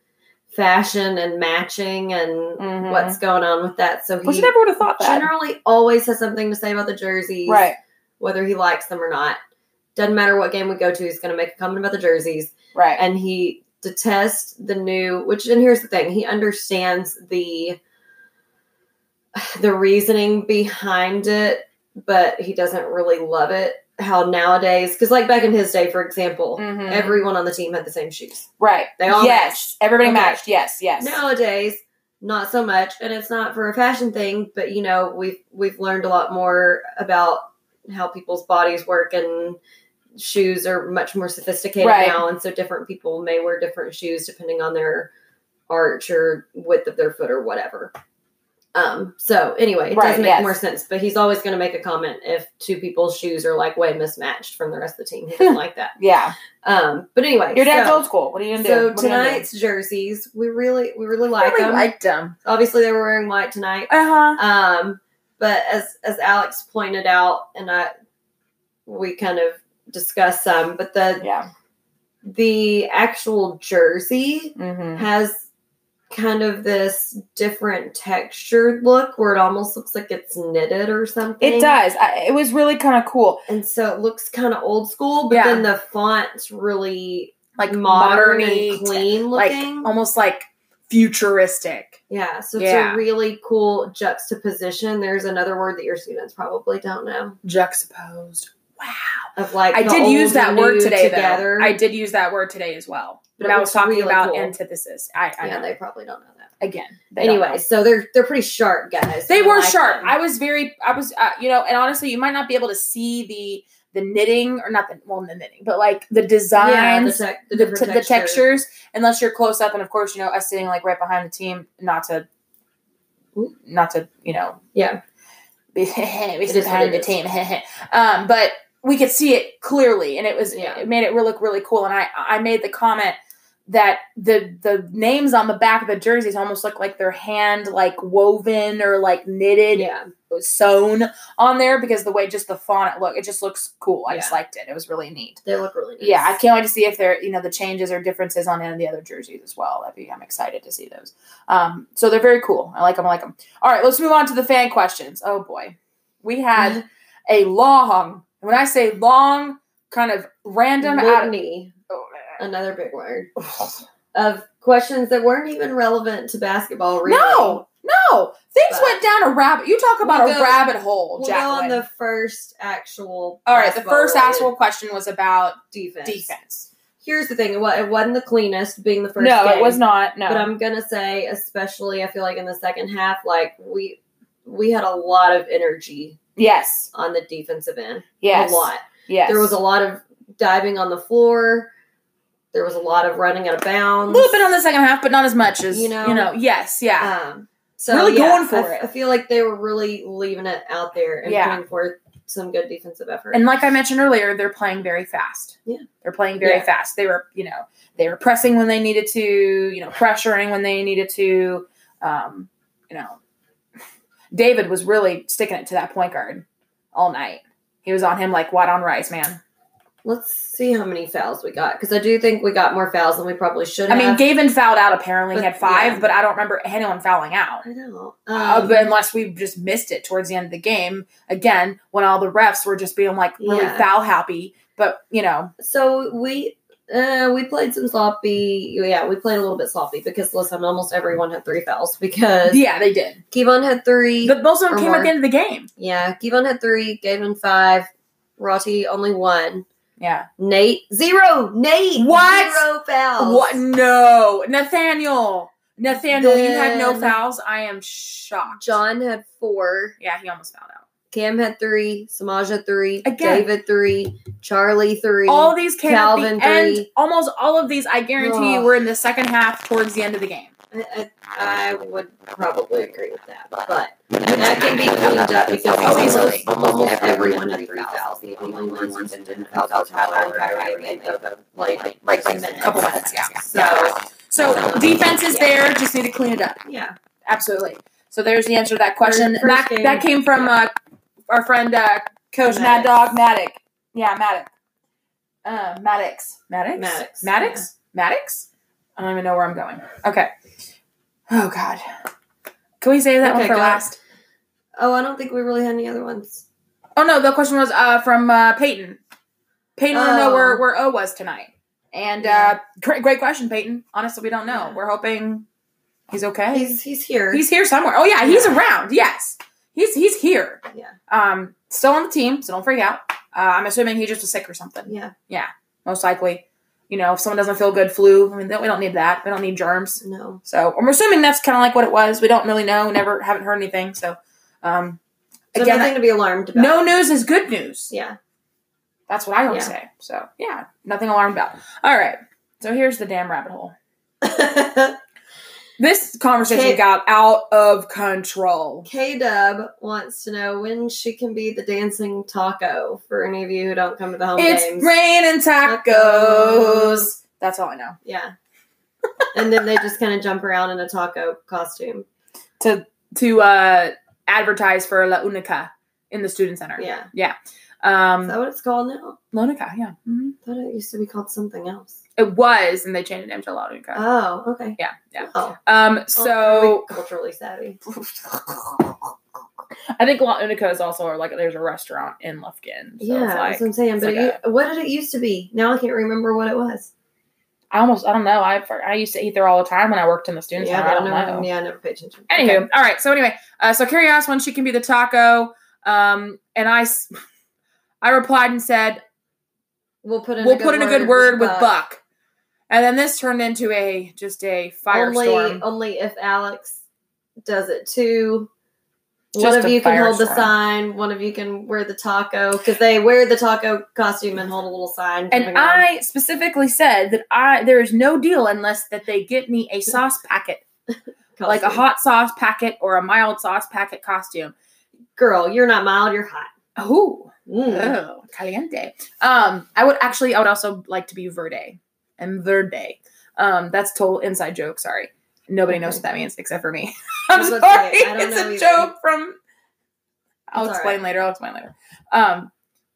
Speaker 2: fashion and matching and
Speaker 1: Mhm.
Speaker 2: what's going on with that. So
Speaker 1: Which
Speaker 2: he
Speaker 1: you never would have thought that.
Speaker 2: generally always has something to say about the jerseys
Speaker 1: Right.
Speaker 2: whether he likes them or not. Doesn't matter what game we go to, he's going to make a comment about the jerseys.
Speaker 1: Right.
Speaker 2: And he detests the new, which, and here's the thing, he understands the the reasoning behind it, but he doesn't really love it. How nowadays, because like back in his day, for example,
Speaker 1: Mhm.
Speaker 2: everyone on the team had the same shoes.
Speaker 1: right.
Speaker 2: They all
Speaker 1: yes. Everybody
Speaker 2: Okay.
Speaker 1: matched. Yes. Yes.
Speaker 2: Nowadays, not so much, and it's not for a fashion thing, but you know, we've we've learned a lot more about how people's bodies work and shoes are much more sophisticated
Speaker 1: Right.
Speaker 2: now and so different people may wear different shoes depending on their arch or width of their foot or whatever. Um so anyway, it
Speaker 1: Right,
Speaker 2: does make
Speaker 1: yes.
Speaker 2: more sense, but he's always going to make a comment if two people's shoes are like way mismatched from the rest of the team. He doesn't like that.
Speaker 1: Yeah.
Speaker 2: Um but anyway,
Speaker 1: Your dad's
Speaker 2: so,
Speaker 1: old school. What are you going to do? What
Speaker 2: so
Speaker 1: are you gonna do?
Speaker 2: tonight's jerseys, we really we really
Speaker 1: I
Speaker 2: like
Speaker 1: really
Speaker 2: them.
Speaker 1: liked them.
Speaker 2: Obviously, they were wearing white tonight.
Speaker 1: Uh huh.
Speaker 2: Um, but as as Alex pointed out, and I we kind of discussed some, but the
Speaker 1: Yeah.
Speaker 2: the actual jersey
Speaker 1: Mm-hmm.
Speaker 2: has kind of this different textured look where it almost looks like it's knitted or something.
Speaker 1: It does. I, it was really kind of cool.
Speaker 2: And so it looks kind of old school, but
Speaker 1: Yeah.
Speaker 2: then the font's really
Speaker 1: Like
Speaker 2: modern
Speaker 1: moderny,
Speaker 2: and clean
Speaker 1: like
Speaker 2: looking.
Speaker 1: almost like futuristic.
Speaker 2: Yeah, so it's
Speaker 1: Yeah.
Speaker 2: a really cool juxtaposition. There's another word that your students probably don't know.
Speaker 1: Juxtaposed. Wow.
Speaker 2: Of like
Speaker 1: I
Speaker 2: the
Speaker 1: did
Speaker 2: old
Speaker 1: use that
Speaker 2: and
Speaker 1: word
Speaker 2: new
Speaker 1: today
Speaker 2: together.
Speaker 1: though. I did use that word today as well.
Speaker 2: But
Speaker 1: But
Speaker 2: it
Speaker 1: I was
Speaker 2: looks
Speaker 1: talking
Speaker 2: really
Speaker 1: about
Speaker 2: cool.
Speaker 1: antithesis. I, I
Speaker 2: yeah,
Speaker 1: know.
Speaker 2: they probably don't know that.
Speaker 1: Again. they don't
Speaker 2: anyway,
Speaker 1: know.
Speaker 2: so they're they're pretty sharp guys.
Speaker 1: They
Speaker 2: and I
Speaker 1: were
Speaker 2: like
Speaker 1: sharp.
Speaker 2: them.
Speaker 1: I was very, I was, uh, you know, and honestly, you might not be able to see the the knitting or not the well, the knitting, but like the
Speaker 2: yeah, the,
Speaker 1: designs,
Speaker 2: tec- the,
Speaker 1: the,
Speaker 2: different
Speaker 1: t- the textures, unless you're close up. And of course, you know, us sitting like right behind the team, not to, not to, you know,
Speaker 2: Yeah.
Speaker 1: we sit
Speaker 2: is what
Speaker 1: behind the
Speaker 2: it is.
Speaker 1: team, um, but we could see it clearly, and it was
Speaker 2: Yeah.
Speaker 1: it made it look really cool. And I I made the comment that the the names on the back of the jerseys almost look like they're hand like woven or like knitted
Speaker 2: Yeah,
Speaker 1: sewn on there because the way just the font it look it just looks cool. I just
Speaker 2: Yeah.
Speaker 1: liked it. It was really neat.
Speaker 2: they look really nice.
Speaker 1: Yeah, I can't wait to see if there you know the changes or differences on any of the other jerseys as well. That'd be I'm excited to see those. Um, so they're very cool. I like them. I like them. All right, let's move on to the fan questions. Oh boy, we
Speaker 2: Mm-hmm.
Speaker 1: had a long. When I say long, kind of random out. Of, oh,
Speaker 2: Litany, another big word of questions that weren't even relevant to basketball. Really.
Speaker 1: no, no, things
Speaker 2: But-
Speaker 1: went down a rabbit. You talk about
Speaker 2: We'll
Speaker 1: a
Speaker 2: go-
Speaker 1: rabbit hole,
Speaker 2: we'll go
Speaker 1: Jacqueline.
Speaker 2: on the first actual.
Speaker 1: All right, the
Speaker 2: basketball
Speaker 1: first
Speaker 2: related
Speaker 1: actual question was about
Speaker 2: defense.
Speaker 1: defense.
Speaker 2: Here's the thing: it wa- it wasn't the cleanest, being the first.
Speaker 1: no, it
Speaker 2: game.
Speaker 1: was not. No,
Speaker 2: But I'm gonna say, especially, I feel like in the second half, like we we had a lot of energy
Speaker 1: yes,
Speaker 2: on the defensive end.
Speaker 1: yes,
Speaker 2: a lot.
Speaker 1: Yes,
Speaker 2: There was a lot of diving on the floor. There was a lot of running out of bounds.
Speaker 1: little bit on the second half, but not as much as
Speaker 2: You
Speaker 1: you
Speaker 2: know?
Speaker 1: know. You know, yes, yeah,
Speaker 2: Um, so
Speaker 1: Really
Speaker 2: yeah,
Speaker 1: going for
Speaker 2: I-
Speaker 1: it.
Speaker 2: I feel like they were really leaving it out there and
Speaker 1: Yeah.
Speaker 2: putting forth some good defensive effort.
Speaker 1: and like I mentioned earlier, they're playing very fast.
Speaker 2: Yeah.
Speaker 1: they're playing very
Speaker 2: Yeah.
Speaker 1: fast. They were, you know, they were pressing when they needed to. You know, pressuring when they needed to. Um, you know, David was really sticking it to that point guard all night. He was on him like white on rice, man.
Speaker 2: Let's see how many fouls we got because I do think we got more fouls than we probably should.
Speaker 1: I mean,
Speaker 2: have.
Speaker 1: Gavin fouled out apparently. he
Speaker 2: But-
Speaker 1: had five,
Speaker 2: yeah.
Speaker 1: but I don't remember anyone fouling out.
Speaker 2: I know.
Speaker 1: Uh,
Speaker 2: Um,
Speaker 1: but unless we just missed it towards the end of the game, again, when all the refs were just being like really
Speaker 2: Yeah.
Speaker 1: foul happy. But you know,
Speaker 2: so we uh, we played some sloppy. Yeah, we played a little bit sloppy because listen, almost everyone had three fouls because
Speaker 1: yeah, they did.
Speaker 2: Kevon had three.
Speaker 1: But most of them
Speaker 2: Or
Speaker 1: came
Speaker 2: more.
Speaker 1: at the end of the game.
Speaker 2: yeah, Kevon had three. Gavin five. Rotty only one.
Speaker 1: Yeah.
Speaker 2: Nate zero. Nate
Speaker 1: What?
Speaker 2: zero fouls.
Speaker 1: What? No, Nathaniel. Nathaniel, you had no
Speaker 2: Then-
Speaker 1: fouls. I am shocked.
Speaker 2: John had four.
Speaker 1: Yeah, he almost fouled out.
Speaker 2: Cam had three. Samaj had three.
Speaker 1: Again.
Speaker 2: David three. Charlie three.
Speaker 1: All these came
Speaker 2: Calvin,
Speaker 1: at the end.
Speaker 2: three.
Speaker 1: Almost all of these, I guarantee you,
Speaker 2: Ugh.
Speaker 1: were in the second half towards the end of the game.
Speaker 2: I, I, I would probably agree with that, but that can be cleaned up because
Speaker 1: Easily.
Speaker 2: almost, almost everyone had three fouls. The only ones that didn't foul out Tyler and Kyrie made the like like a minute.
Speaker 1: Couple minutes, yeah.
Speaker 2: So
Speaker 1: So defense is
Speaker 2: Yeah.
Speaker 1: there. Just need to clean it up.
Speaker 2: yeah,
Speaker 1: Absolutely. So there's the answer to that question.
Speaker 2: First- first
Speaker 1: that,
Speaker 2: game.
Speaker 1: that came from uh, our friend uh, Coach Mad
Speaker 2: Maddox.
Speaker 1: Dog Maddox. Yeah, Maddox. Uh, Maddox. Maddox.
Speaker 2: Maddox,
Speaker 1: Maddox. Maddox? I don't even know where I'm going. Okay. Oh God. Can we save that
Speaker 2: Okay,
Speaker 1: one for
Speaker 2: go.
Speaker 1: last?
Speaker 2: Oh, I don't think we really had any other ones.
Speaker 1: Oh no, the question was uh, from uh, Peyton. Peyton wanted to know
Speaker 2: Oh.
Speaker 1: where where O was tonight. And uh,
Speaker 2: Yeah.
Speaker 1: great great question, Peyton. Honestly, we don't know.
Speaker 2: Yeah.
Speaker 1: We're hoping he's okay.
Speaker 2: He's he's here.
Speaker 1: He's here somewhere. Oh yeah, he's around. Yes, he's he's here.
Speaker 2: Yeah.
Speaker 1: Um, still on the team, so don't freak out. Uh, I'm assuming he just was sick or something.
Speaker 2: yeah,
Speaker 1: Most likely, you know, if someone doesn't feel good, flu. I mean, that- we don't need that. We don't need germs.
Speaker 2: no,
Speaker 1: So I'm assuming that's kind of like what it was. We don't really know. Never haven't heard anything. So, um,
Speaker 2: so
Speaker 1: again,
Speaker 2: nothing to be alarmed about.
Speaker 1: no news is good news.
Speaker 2: yeah,
Speaker 1: That's what I
Speaker 2: Yeah.
Speaker 1: always say. So yeah, nothing alarmed about. All right. So here's the damn rabbit hole. This conversation
Speaker 2: Okay.
Speaker 1: got out of control.
Speaker 2: K Dub wants to know when she can be the dancing taco for any of you who don't come to the home games.
Speaker 1: It's rain and tacos. That's all I know.
Speaker 2: Yeah. and then they just kind of jump around in a taco costume.
Speaker 1: to to uh advertise for La Unica in the student center.
Speaker 2: Yeah. Is that
Speaker 1: Um
Speaker 2: what it's called now?
Speaker 1: La Unica, yeah. Mhm.
Speaker 2: I thought it used to be called something else.
Speaker 1: It was and they changed it to La Unica.
Speaker 2: Oh, okay.
Speaker 1: yeah, Uh, yeah.
Speaker 2: Oh,
Speaker 1: Um so
Speaker 2: Well, really culturally savvy.
Speaker 1: I think La Unica is also like there's a restaurant in Lufkin. So
Speaker 2: yeah,
Speaker 1: it's
Speaker 2: that's
Speaker 1: like
Speaker 2: what I'm saying.
Speaker 1: it's
Speaker 2: But
Speaker 1: like
Speaker 2: it, what did it used to be? Now I can't remember what it was.
Speaker 1: I almost I don't know. I I used to eat there all the time when I worked in the student
Speaker 2: yeah,
Speaker 1: center. I don't
Speaker 2: never,
Speaker 1: know.
Speaker 2: Yeah, I never paid attention.
Speaker 1: Anywho,
Speaker 2: Okay.
Speaker 1: all right. So anyway, uh, so Carrie asked when she can be the taco, um, and I, s- I replied and said
Speaker 2: we'll put in
Speaker 1: we'll
Speaker 2: a good
Speaker 1: put in a
Speaker 2: word
Speaker 1: good word with
Speaker 2: Buck.
Speaker 1: Buck, and then this turned into a just a
Speaker 2: Only,
Speaker 1: firestorm.
Speaker 2: only if Alex does it too.
Speaker 1: Just
Speaker 2: one of
Speaker 1: a
Speaker 2: you can hold the
Speaker 1: firestorm.
Speaker 2: sign. One of you can wear the taco because they wear the taco costume and hold a little sign.
Speaker 1: And
Speaker 2: moving on.
Speaker 1: I specifically said that I there is no deal unless that they get me a sauce packet, like a
Speaker 2: Costume.
Speaker 1: hot sauce packet or a mild sauce packet costume.
Speaker 2: girl. You're not mild. You're hot.
Speaker 1: Oh,
Speaker 2: Mm.
Speaker 1: oh, caliente. Um, I would actually, I would also like to be verde and verde. Um, that's total inside joke. Sorry, nobody knows what that means except for me. I'm
Speaker 2: was
Speaker 1: sorry,
Speaker 2: about to say, I don't
Speaker 1: it's a
Speaker 2: know either.
Speaker 1: joke from. I'll
Speaker 2: It's all
Speaker 1: explain later. I'll explain later. Um,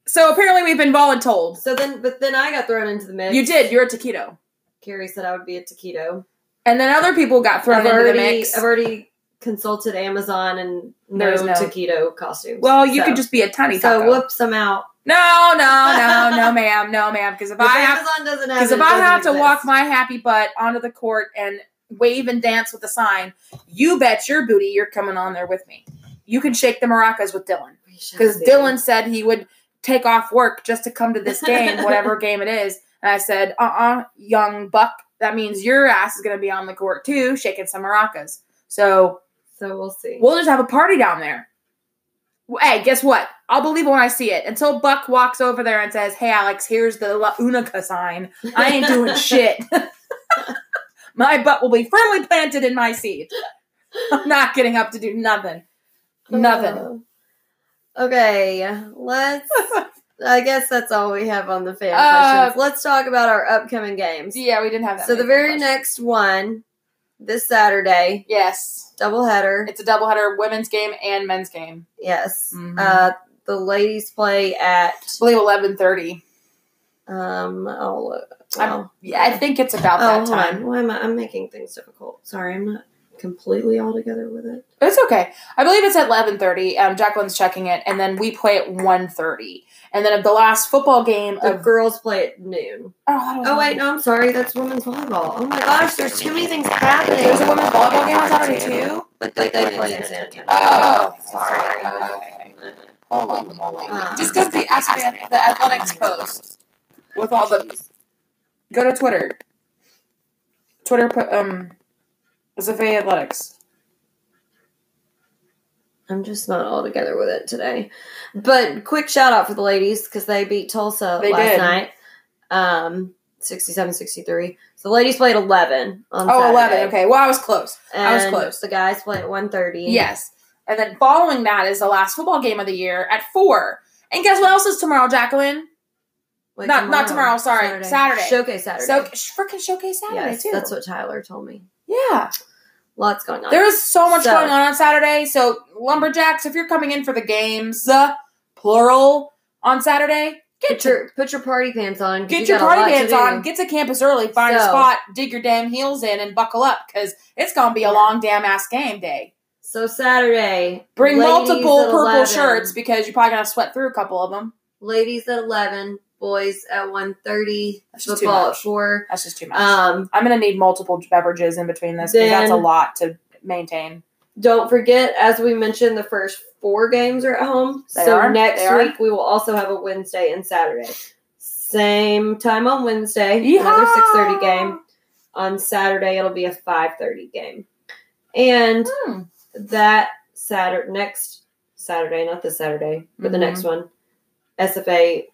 Speaker 1: so apparently we've been voluntold.
Speaker 2: So then, but then I got thrown into the mix.
Speaker 1: You did. You're a taquito.
Speaker 2: Carrie said I would be a taquito.
Speaker 1: And then other people got thrown
Speaker 2: I've
Speaker 1: into
Speaker 2: already,
Speaker 1: the mix.
Speaker 2: I've already consulted Amazon and no,
Speaker 1: There's no-
Speaker 2: taquito costumes.
Speaker 1: Well, you
Speaker 2: so.
Speaker 1: could just be a tiny
Speaker 2: so
Speaker 1: taco.
Speaker 2: whoops, I'm out.
Speaker 1: No, no, no, no, ma'am, no, ma'am. Because if
Speaker 2: If
Speaker 1: I have,
Speaker 2: Amazon doesn't have,
Speaker 1: because
Speaker 2: it,
Speaker 1: if
Speaker 2: it
Speaker 1: I
Speaker 2: doesn't
Speaker 1: have to
Speaker 2: exist.
Speaker 1: walk my happy butt onto the court and wave and dance with the sign, you bet your booty you're coming on there with me. You can shake the maracas with Dylan
Speaker 2: We shall
Speaker 1: because
Speaker 2: see.
Speaker 1: Dylan said he would take off work just to come to this game, whatever game it is. And I said, uh uh young buck, that means your ass is going to be on the court too, shaking some maracas. So
Speaker 2: So we'll see.
Speaker 1: We'll just have a party down there. Well, Hey, guess what? I'll believe it when I see it. Until Buck walks over there and says, "Hey, Alex, here's the La Unica sign. I ain't doing shit. my butt will be firmly planted in my seat. I'm not getting up to do nothing. Oh. Nothing.
Speaker 2: Uh, okay, let's. I guess that's all we have on the fan
Speaker 1: Uh,
Speaker 2: questions. Let's talk about our upcoming games.
Speaker 1: Yeah, we didn't have that.
Speaker 2: so the
Speaker 1: many
Speaker 2: very
Speaker 1: questions.
Speaker 2: next one, this Saturday,
Speaker 1: yes,
Speaker 2: doubleheader.
Speaker 1: it's a doubleheader women's game and men's game.
Speaker 2: Yes.
Speaker 1: Mhm.
Speaker 2: Uh, the ladies play at
Speaker 1: I believe 11:30.
Speaker 2: um. Oh, look,
Speaker 1: I'm-
Speaker 2: well,
Speaker 1: Yeah, I think it's about
Speaker 2: oh,
Speaker 1: that
Speaker 2: hold
Speaker 1: time.
Speaker 2: on. Why am I? I'm making things difficult. Sorry, I'm not completely all together with it.
Speaker 1: It's okay. I believe it's at eleven thirty. Um, Jacqueline's checking it, and then we play at one thirty. And then at the last football game
Speaker 2: The
Speaker 1: of
Speaker 2: girls play at noon.
Speaker 1: oh,
Speaker 2: Oh wait, no, I'm sorry. That's women's volleyball. Oh my gosh, there's too many things happening.
Speaker 1: there's a women's volleyball game on Saturday too.
Speaker 2: But they, they play at Santa.
Speaker 1: Oh, sorry. Okay. Holy moly!
Speaker 2: Uh.
Speaker 1: Oh. Just because the athletic, the athletics post with all the go to Twitter. Twitter put um, Zafay Athletics.
Speaker 2: I'm just not all together with it today. But quick shout out for the ladies because they beat Tulsa
Speaker 1: They
Speaker 2: last
Speaker 1: did.
Speaker 2: night. Um. 67-63. So the ladies played 11 on
Speaker 1: Oh,
Speaker 2: Saturday.
Speaker 1: 11. Okay, well I was close. I was
Speaker 2: And
Speaker 1: close.
Speaker 2: The guys play at 1.30.
Speaker 1: Yes. And then following that is the last football game of the year at four. And guess what else is tomorrow, Jacqueline?
Speaker 2: Wait,
Speaker 1: Not- not tomorrow, sorry. Saturday.
Speaker 2: Showcase Saturday.
Speaker 1: So freaking showcase Saturday
Speaker 2: yes,
Speaker 1: too.
Speaker 2: that's what Tyler told me.
Speaker 1: yeah,
Speaker 2: Lots going on.
Speaker 1: there is so much
Speaker 2: So-
Speaker 1: going on on Saturday. So Lumberjacks, if you're coming in for the games, uh, plural on Saturday,
Speaker 2: put
Speaker 1: get your
Speaker 2: your put your party pants on. 'cause
Speaker 1: get
Speaker 2: you
Speaker 1: your
Speaker 2: got a lot
Speaker 1: party
Speaker 2: to
Speaker 1: pants
Speaker 2: do.
Speaker 1: on, get to campus early, find a
Speaker 2: So-
Speaker 1: spot, dig your damn heels in, and buckle up because it's gonna be a
Speaker 2: Yeah.
Speaker 1: long damn ass game day.
Speaker 2: So Saturday,
Speaker 1: Bring
Speaker 2: ladies
Speaker 1: multiple
Speaker 2: at
Speaker 1: purple
Speaker 2: 11,
Speaker 1: shirts because you're probably gonna sweat through a couple of them.
Speaker 2: Ladies at eleven, boys at one thirty.
Speaker 1: That's just too
Speaker 2: Football at
Speaker 1: much.
Speaker 2: four.
Speaker 1: That's just too much.
Speaker 2: Um,
Speaker 1: I'm gonna need multiple beverages in between this. 'cause that's a
Speaker 2: Then-
Speaker 1: lot to maintain.
Speaker 2: don't forget, as we mentioned, the first four games are at home.
Speaker 1: They
Speaker 2: so
Speaker 1: are,
Speaker 2: next
Speaker 1: they are.
Speaker 2: week we will also have a Wednesday and Saturday. Same time on Wednesday. Another
Speaker 1: Yeehaw!
Speaker 2: six thirty game. on Saturday it'll be a 5:30 game. And
Speaker 1: Hmm.
Speaker 2: that Saturday next Saturday, not this Saturday, but the
Speaker 1: Mhm.
Speaker 2: next one, SFA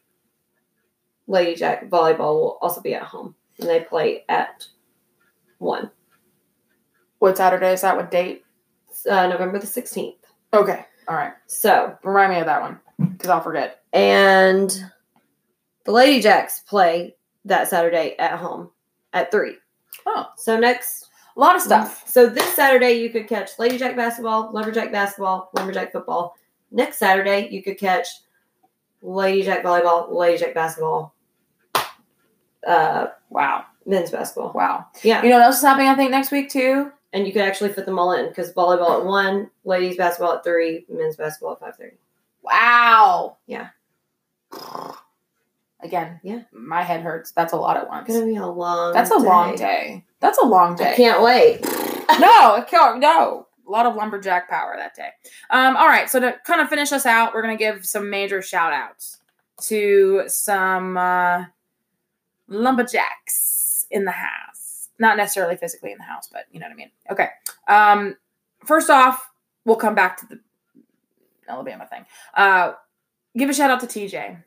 Speaker 2: Lady Jack volleyball will also be at home and they play at 1
Speaker 1: What Saturday is that? What date?
Speaker 2: uh, November the 16th.
Speaker 1: Okay. All right.
Speaker 2: So,
Speaker 1: Remind me of that one because I'll forget.
Speaker 2: and the Lady Jacks play that Saturday at home at 3.
Speaker 1: Oh.
Speaker 2: So next
Speaker 1: A lot of stuff.
Speaker 2: So this Saturday you could catch Lady Jack basketball, Lumberjack basketball, Lumberjack football. Next Saturday you could catch Lady Jack volleyball, Lady Jack basketball, uh,
Speaker 1: Wow.
Speaker 2: men's basketball.
Speaker 1: Wow.
Speaker 2: Yeah,
Speaker 1: You know what else is happening? I think next week too.
Speaker 2: and you could actually fit them all in because volleyball at one, ladies basketball at three, men's basketball at five thirty.
Speaker 1: Wow.
Speaker 2: Yeah.
Speaker 1: I Again,
Speaker 2: Yeah.
Speaker 1: my head hurts. That's a lot at once.
Speaker 2: Gonna be a long.
Speaker 1: That's a long day. That's a long day.
Speaker 2: I can't wait.
Speaker 1: no, it can't- no. A lot of lumberjack power that day. Um, all right, so to kind of finish us out, we're going to give some major shout outs to some uh, lumberjacks in the house. Not necessarily physically in the house, but you know what I mean. Okay. Um, first off, we'll come back to the Alabama thing. Uh, give a shout out to TJ.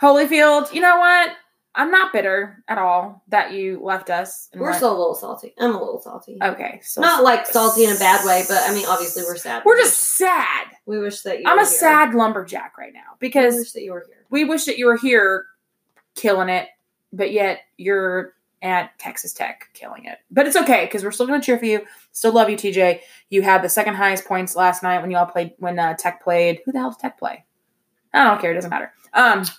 Speaker 1: Holyfield, you know what? I'm not bitter at all that you left us. and
Speaker 2: We're
Speaker 1: went-
Speaker 2: still a little salty. I'm a little salty.
Speaker 1: Okay. So
Speaker 2: Not like salty in a bad way, but I mean, obviously, we're sad.
Speaker 1: we're just sad.
Speaker 2: We wish that you.
Speaker 1: I'm
Speaker 2: were
Speaker 1: a
Speaker 2: here.
Speaker 1: sad lumberjack right now
Speaker 2: We
Speaker 1: because
Speaker 2: wish that you were here.
Speaker 1: we wish that you were here killing it, but yet you're at Texas Tech killing it. But it's okay because we're still going to cheer for you. Still love you, TJ. You had the second highest points last night when you all played, when uh, Tech played. Who the hell did Tech play? I don't care. It doesn't matter. Um,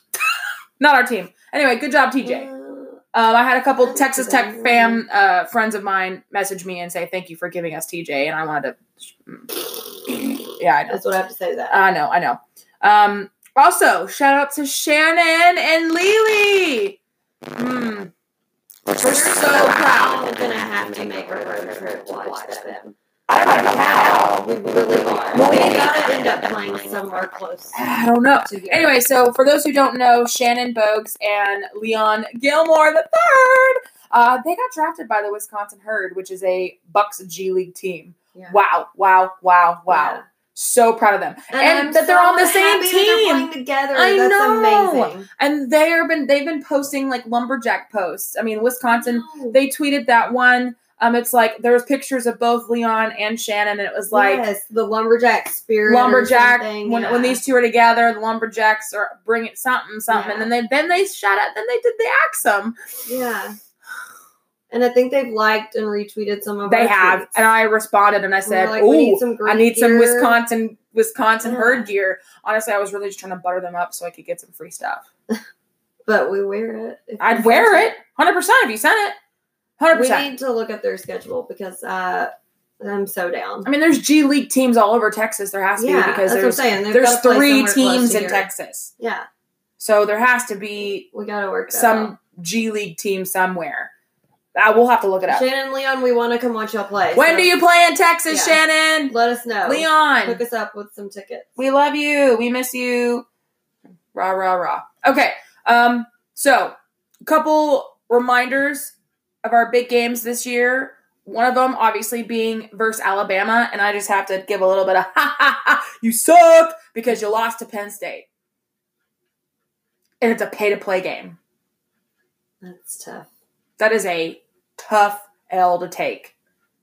Speaker 1: Not our team. Anyway, good job, TJ.
Speaker 2: Uh,
Speaker 1: Um, I had a couple
Speaker 2: That's
Speaker 1: Texas Tech
Speaker 2: amazing.
Speaker 1: fam uh, friends of mine message me and say thank you for giving us TJ, and I wanted to. Yeah, I know.
Speaker 2: that's what I have to say to that.
Speaker 1: I know. I know. Um, also, shout out to Shannon and Lily. Mm. We're so proud.
Speaker 2: I'm gonna have to make our furniture watch them.
Speaker 1: I don't know how.
Speaker 2: We really are.
Speaker 1: Well,
Speaker 2: we
Speaker 1: we-
Speaker 2: gotta end up playing somewhere close.
Speaker 1: I don't know.
Speaker 2: to here.
Speaker 1: Anyway, so for those who don't know, Shannon Bogues and Leon Gilmore the third, uh, they got drafted by the Wisconsin Herd, which is a Bucks G League team.
Speaker 2: Yeah.
Speaker 1: Wow! Wow! Wow! Wow!
Speaker 2: Yeah.
Speaker 1: So proud of them, and,
Speaker 2: I'm
Speaker 1: that they're
Speaker 2: so
Speaker 1: on the same
Speaker 2: happy that they're
Speaker 1: team.
Speaker 2: playing together.
Speaker 1: I
Speaker 2: That's
Speaker 1: know.
Speaker 2: amazing.
Speaker 1: And they are been they've been posting like lumberjack posts. I mean, Wisconsin they tweeted that one. Um, it's like there was pictures of both Leon and Shannon, and it was like
Speaker 2: yes, the lumberjack spirit. or
Speaker 1: lumberjack
Speaker 2: something,
Speaker 1: when,
Speaker 2: yeah.
Speaker 1: when these two are together the lumberjacks are bringing something something and
Speaker 2: Yeah.
Speaker 1: then they then they shut up then they did the axum
Speaker 2: yeah. And I think they've liked and retweeted some of.
Speaker 1: they
Speaker 2: our
Speaker 1: have
Speaker 2: tweets.
Speaker 1: and i responded and i said
Speaker 2: We're like,
Speaker 1: ooh
Speaker 2: Oh, we need some
Speaker 1: i need some
Speaker 2: green gear."
Speaker 1: wisconsin wisconsin
Speaker 2: Yeah.
Speaker 1: herd gear honestly i was really just trying to butter them up so i could get some free stuff
Speaker 2: but we wear it. if
Speaker 1: i'd
Speaker 2: we
Speaker 1: wear
Speaker 2: want
Speaker 1: it 100% if you sent it 100%
Speaker 2: We need to look at their schedule because uh, I'm so down.
Speaker 1: i mean there's g league teams all over texas there has to
Speaker 2: yeah,
Speaker 1: be because
Speaker 2: that's what I'm
Speaker 1: there's
Speaker 2: saying. They've
Speaker 1: there's
Speaker 2: gotta play
Speaker 1: three
Speaker 2: somewhere close
Speaker 1: teams
Speaker 2: to
Speaker 1: in
Speaker 2: here.
Speaker 1: texas
Speaker 2: Yeah,
Speaker 1: so there has to be
Speaker 2: we gotta work that out.
Speaker 1: some G League team somewhere. I will have to look it up.
Speaker 2: Shannon Leon, we want to come watch y'all play.
Speaker 1: When
Speaker 2: so
Speaker 1: do you play in Texas,
Speaker 2: Yeah.
Speaker 1: Shannon?
Speaker 2: Let us know. hook
Speaker 1: Leon,
Speaker 2: us up with some tickets.
Speaker 1: we love you. We miss you. Rah rah rah. Okay. Um. So, couple reminders of our big games this year. One of them, obviously, being versus Alabama, and I just have to give a little bit of ha ha ha. You suck because you lost to Penn State, and it's a pay to play game.
Speaker 2: That's tough.
Speaker 1: That is a tough L to take.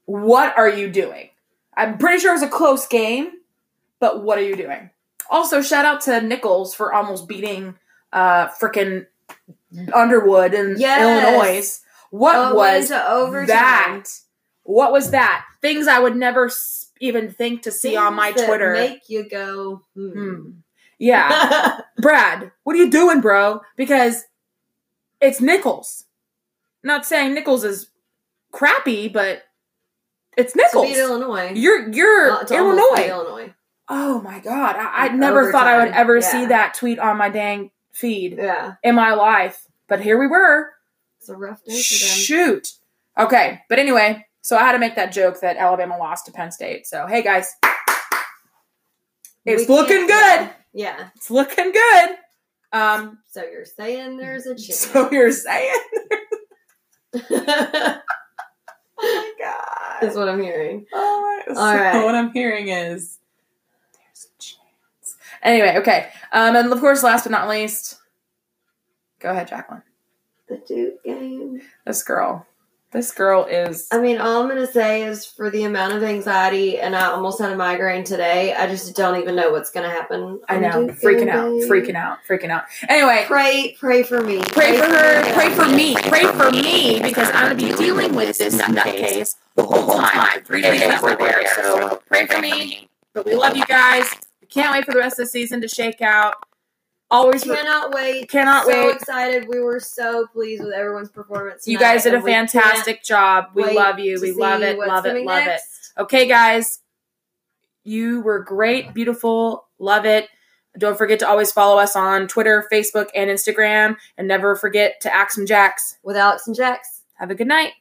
Speaker 1: What are you doing? I'm pretty sure it's a close game, but what are you doing? Also, shout out to Nichols for almost beating uh frickin' Underwood in
Speaker 2: Yes.
Speaker 1: Illinois. What
Speaker 2: Oh, it went
Speaker 1: was
Speaker 2: into overtime.
Speaker 1: that? What was that? Things I would never s- even think to see on
Speaker 2: Things
Speaker 1: my
Speaker 2: that
Speaker 1: Twitter.
Speaker 2: Make you go. Hmm.
Speaker 1: Hmm. Yeah. Brad, what are you doing, bro? Because it's Nichols. Not saying Nichols is crappy, but it's
Speaker 2: to beat
Speaker 1: Nichols.
Speaker 2: Illinois.
Speaker 1: You're you're
Speaker 2: Uh, to almost beat
Speaker 1: Illinois.
Speaker 2: Illinois.
Speaker 1: Oh my god. I, I
Speaker 2: Like
Speaker 1: never thought I would
Speaker 2: overtime.
Speaker 1: ever
Speaker 2: Yeah.
Speaker 1: see that tweet on my dang feed
Speaker 2: Yeah,
Speaker 1: in my life. But here we were.
Speaker 2: it's a rough day for them.
Speaker 1: Shoot. Okay. But anyway, so I had to make that joke that Alabama lost to Penn State. So hey guys. It's
Speaker 2: We
Speaker 1: looking
Speaker 2: can't-
Speaker 1: good.
Speaker 2: Yeah.
Speaker 1: It's looking good. Um
Speaker 2: So you're saying there's a chance.
Speaker 1: so you're saying my
Speaker 2: That's
Speaker 1: god.
Speaker 2: what I'm hearing.
Speaker 1: Oh my,
Speaker 2: All
Speaker 1: so
Speaker 2: right.
Speaker 1: what I'm hearing is there's a chance. Anyway, okay. Um, and of course, last but not least, go ahead, Jacqueline.
Speaker 2: The Duke game.
Speaker 1: This girl, this girl is.
Speaker 2: I mean, all I'm gonna say is for the amount of anxiety, and I almost had a migraine today. I just don't even know what's gonna happen.
Speaker 1: I know, freaking out, freaking out, freaking out. Anyway,
Speaker 2: Pray, pray for me.
Speaker 1: pray for her, pray for me, pray for me because I'm gonna be dealing with this nutcase the whole time, three days everywhere. So pray for me. But we love you guys. We can't wait for the rest of the season to shake out. Always. re-
Speaker 2: Cannot wait.
Speaker 1: Cannot
Speaker 2: so
Speaker 1: wait.
Speaker 2: excited. We were so pleased with everyone's performance.
Speaker 1: You
Speaker 2: tonight,
Speaker 1: guys did a
Speaker 2: and we can't
Speaker 1: fantastic job. We
Speaker 2: wait
Speaker 1: love you.
Speaker 2: to
Speaker 1: We
Speaker 2: see
Speaker 1: love it.
Speaker 2: what's
Speaker 1: Love it.
Speaker 2: coming
Speaker 1: Love
Speaker 2: next.
Speaker 1: it. Okay, guys. You were great, beautiful. Love it. Don't forget to always follow us on Twitter, Facebook, and Instagram. And never forget to axe some jacks.
Speaker 2: with Alex and Jax.
Speaker 1: Have a good night.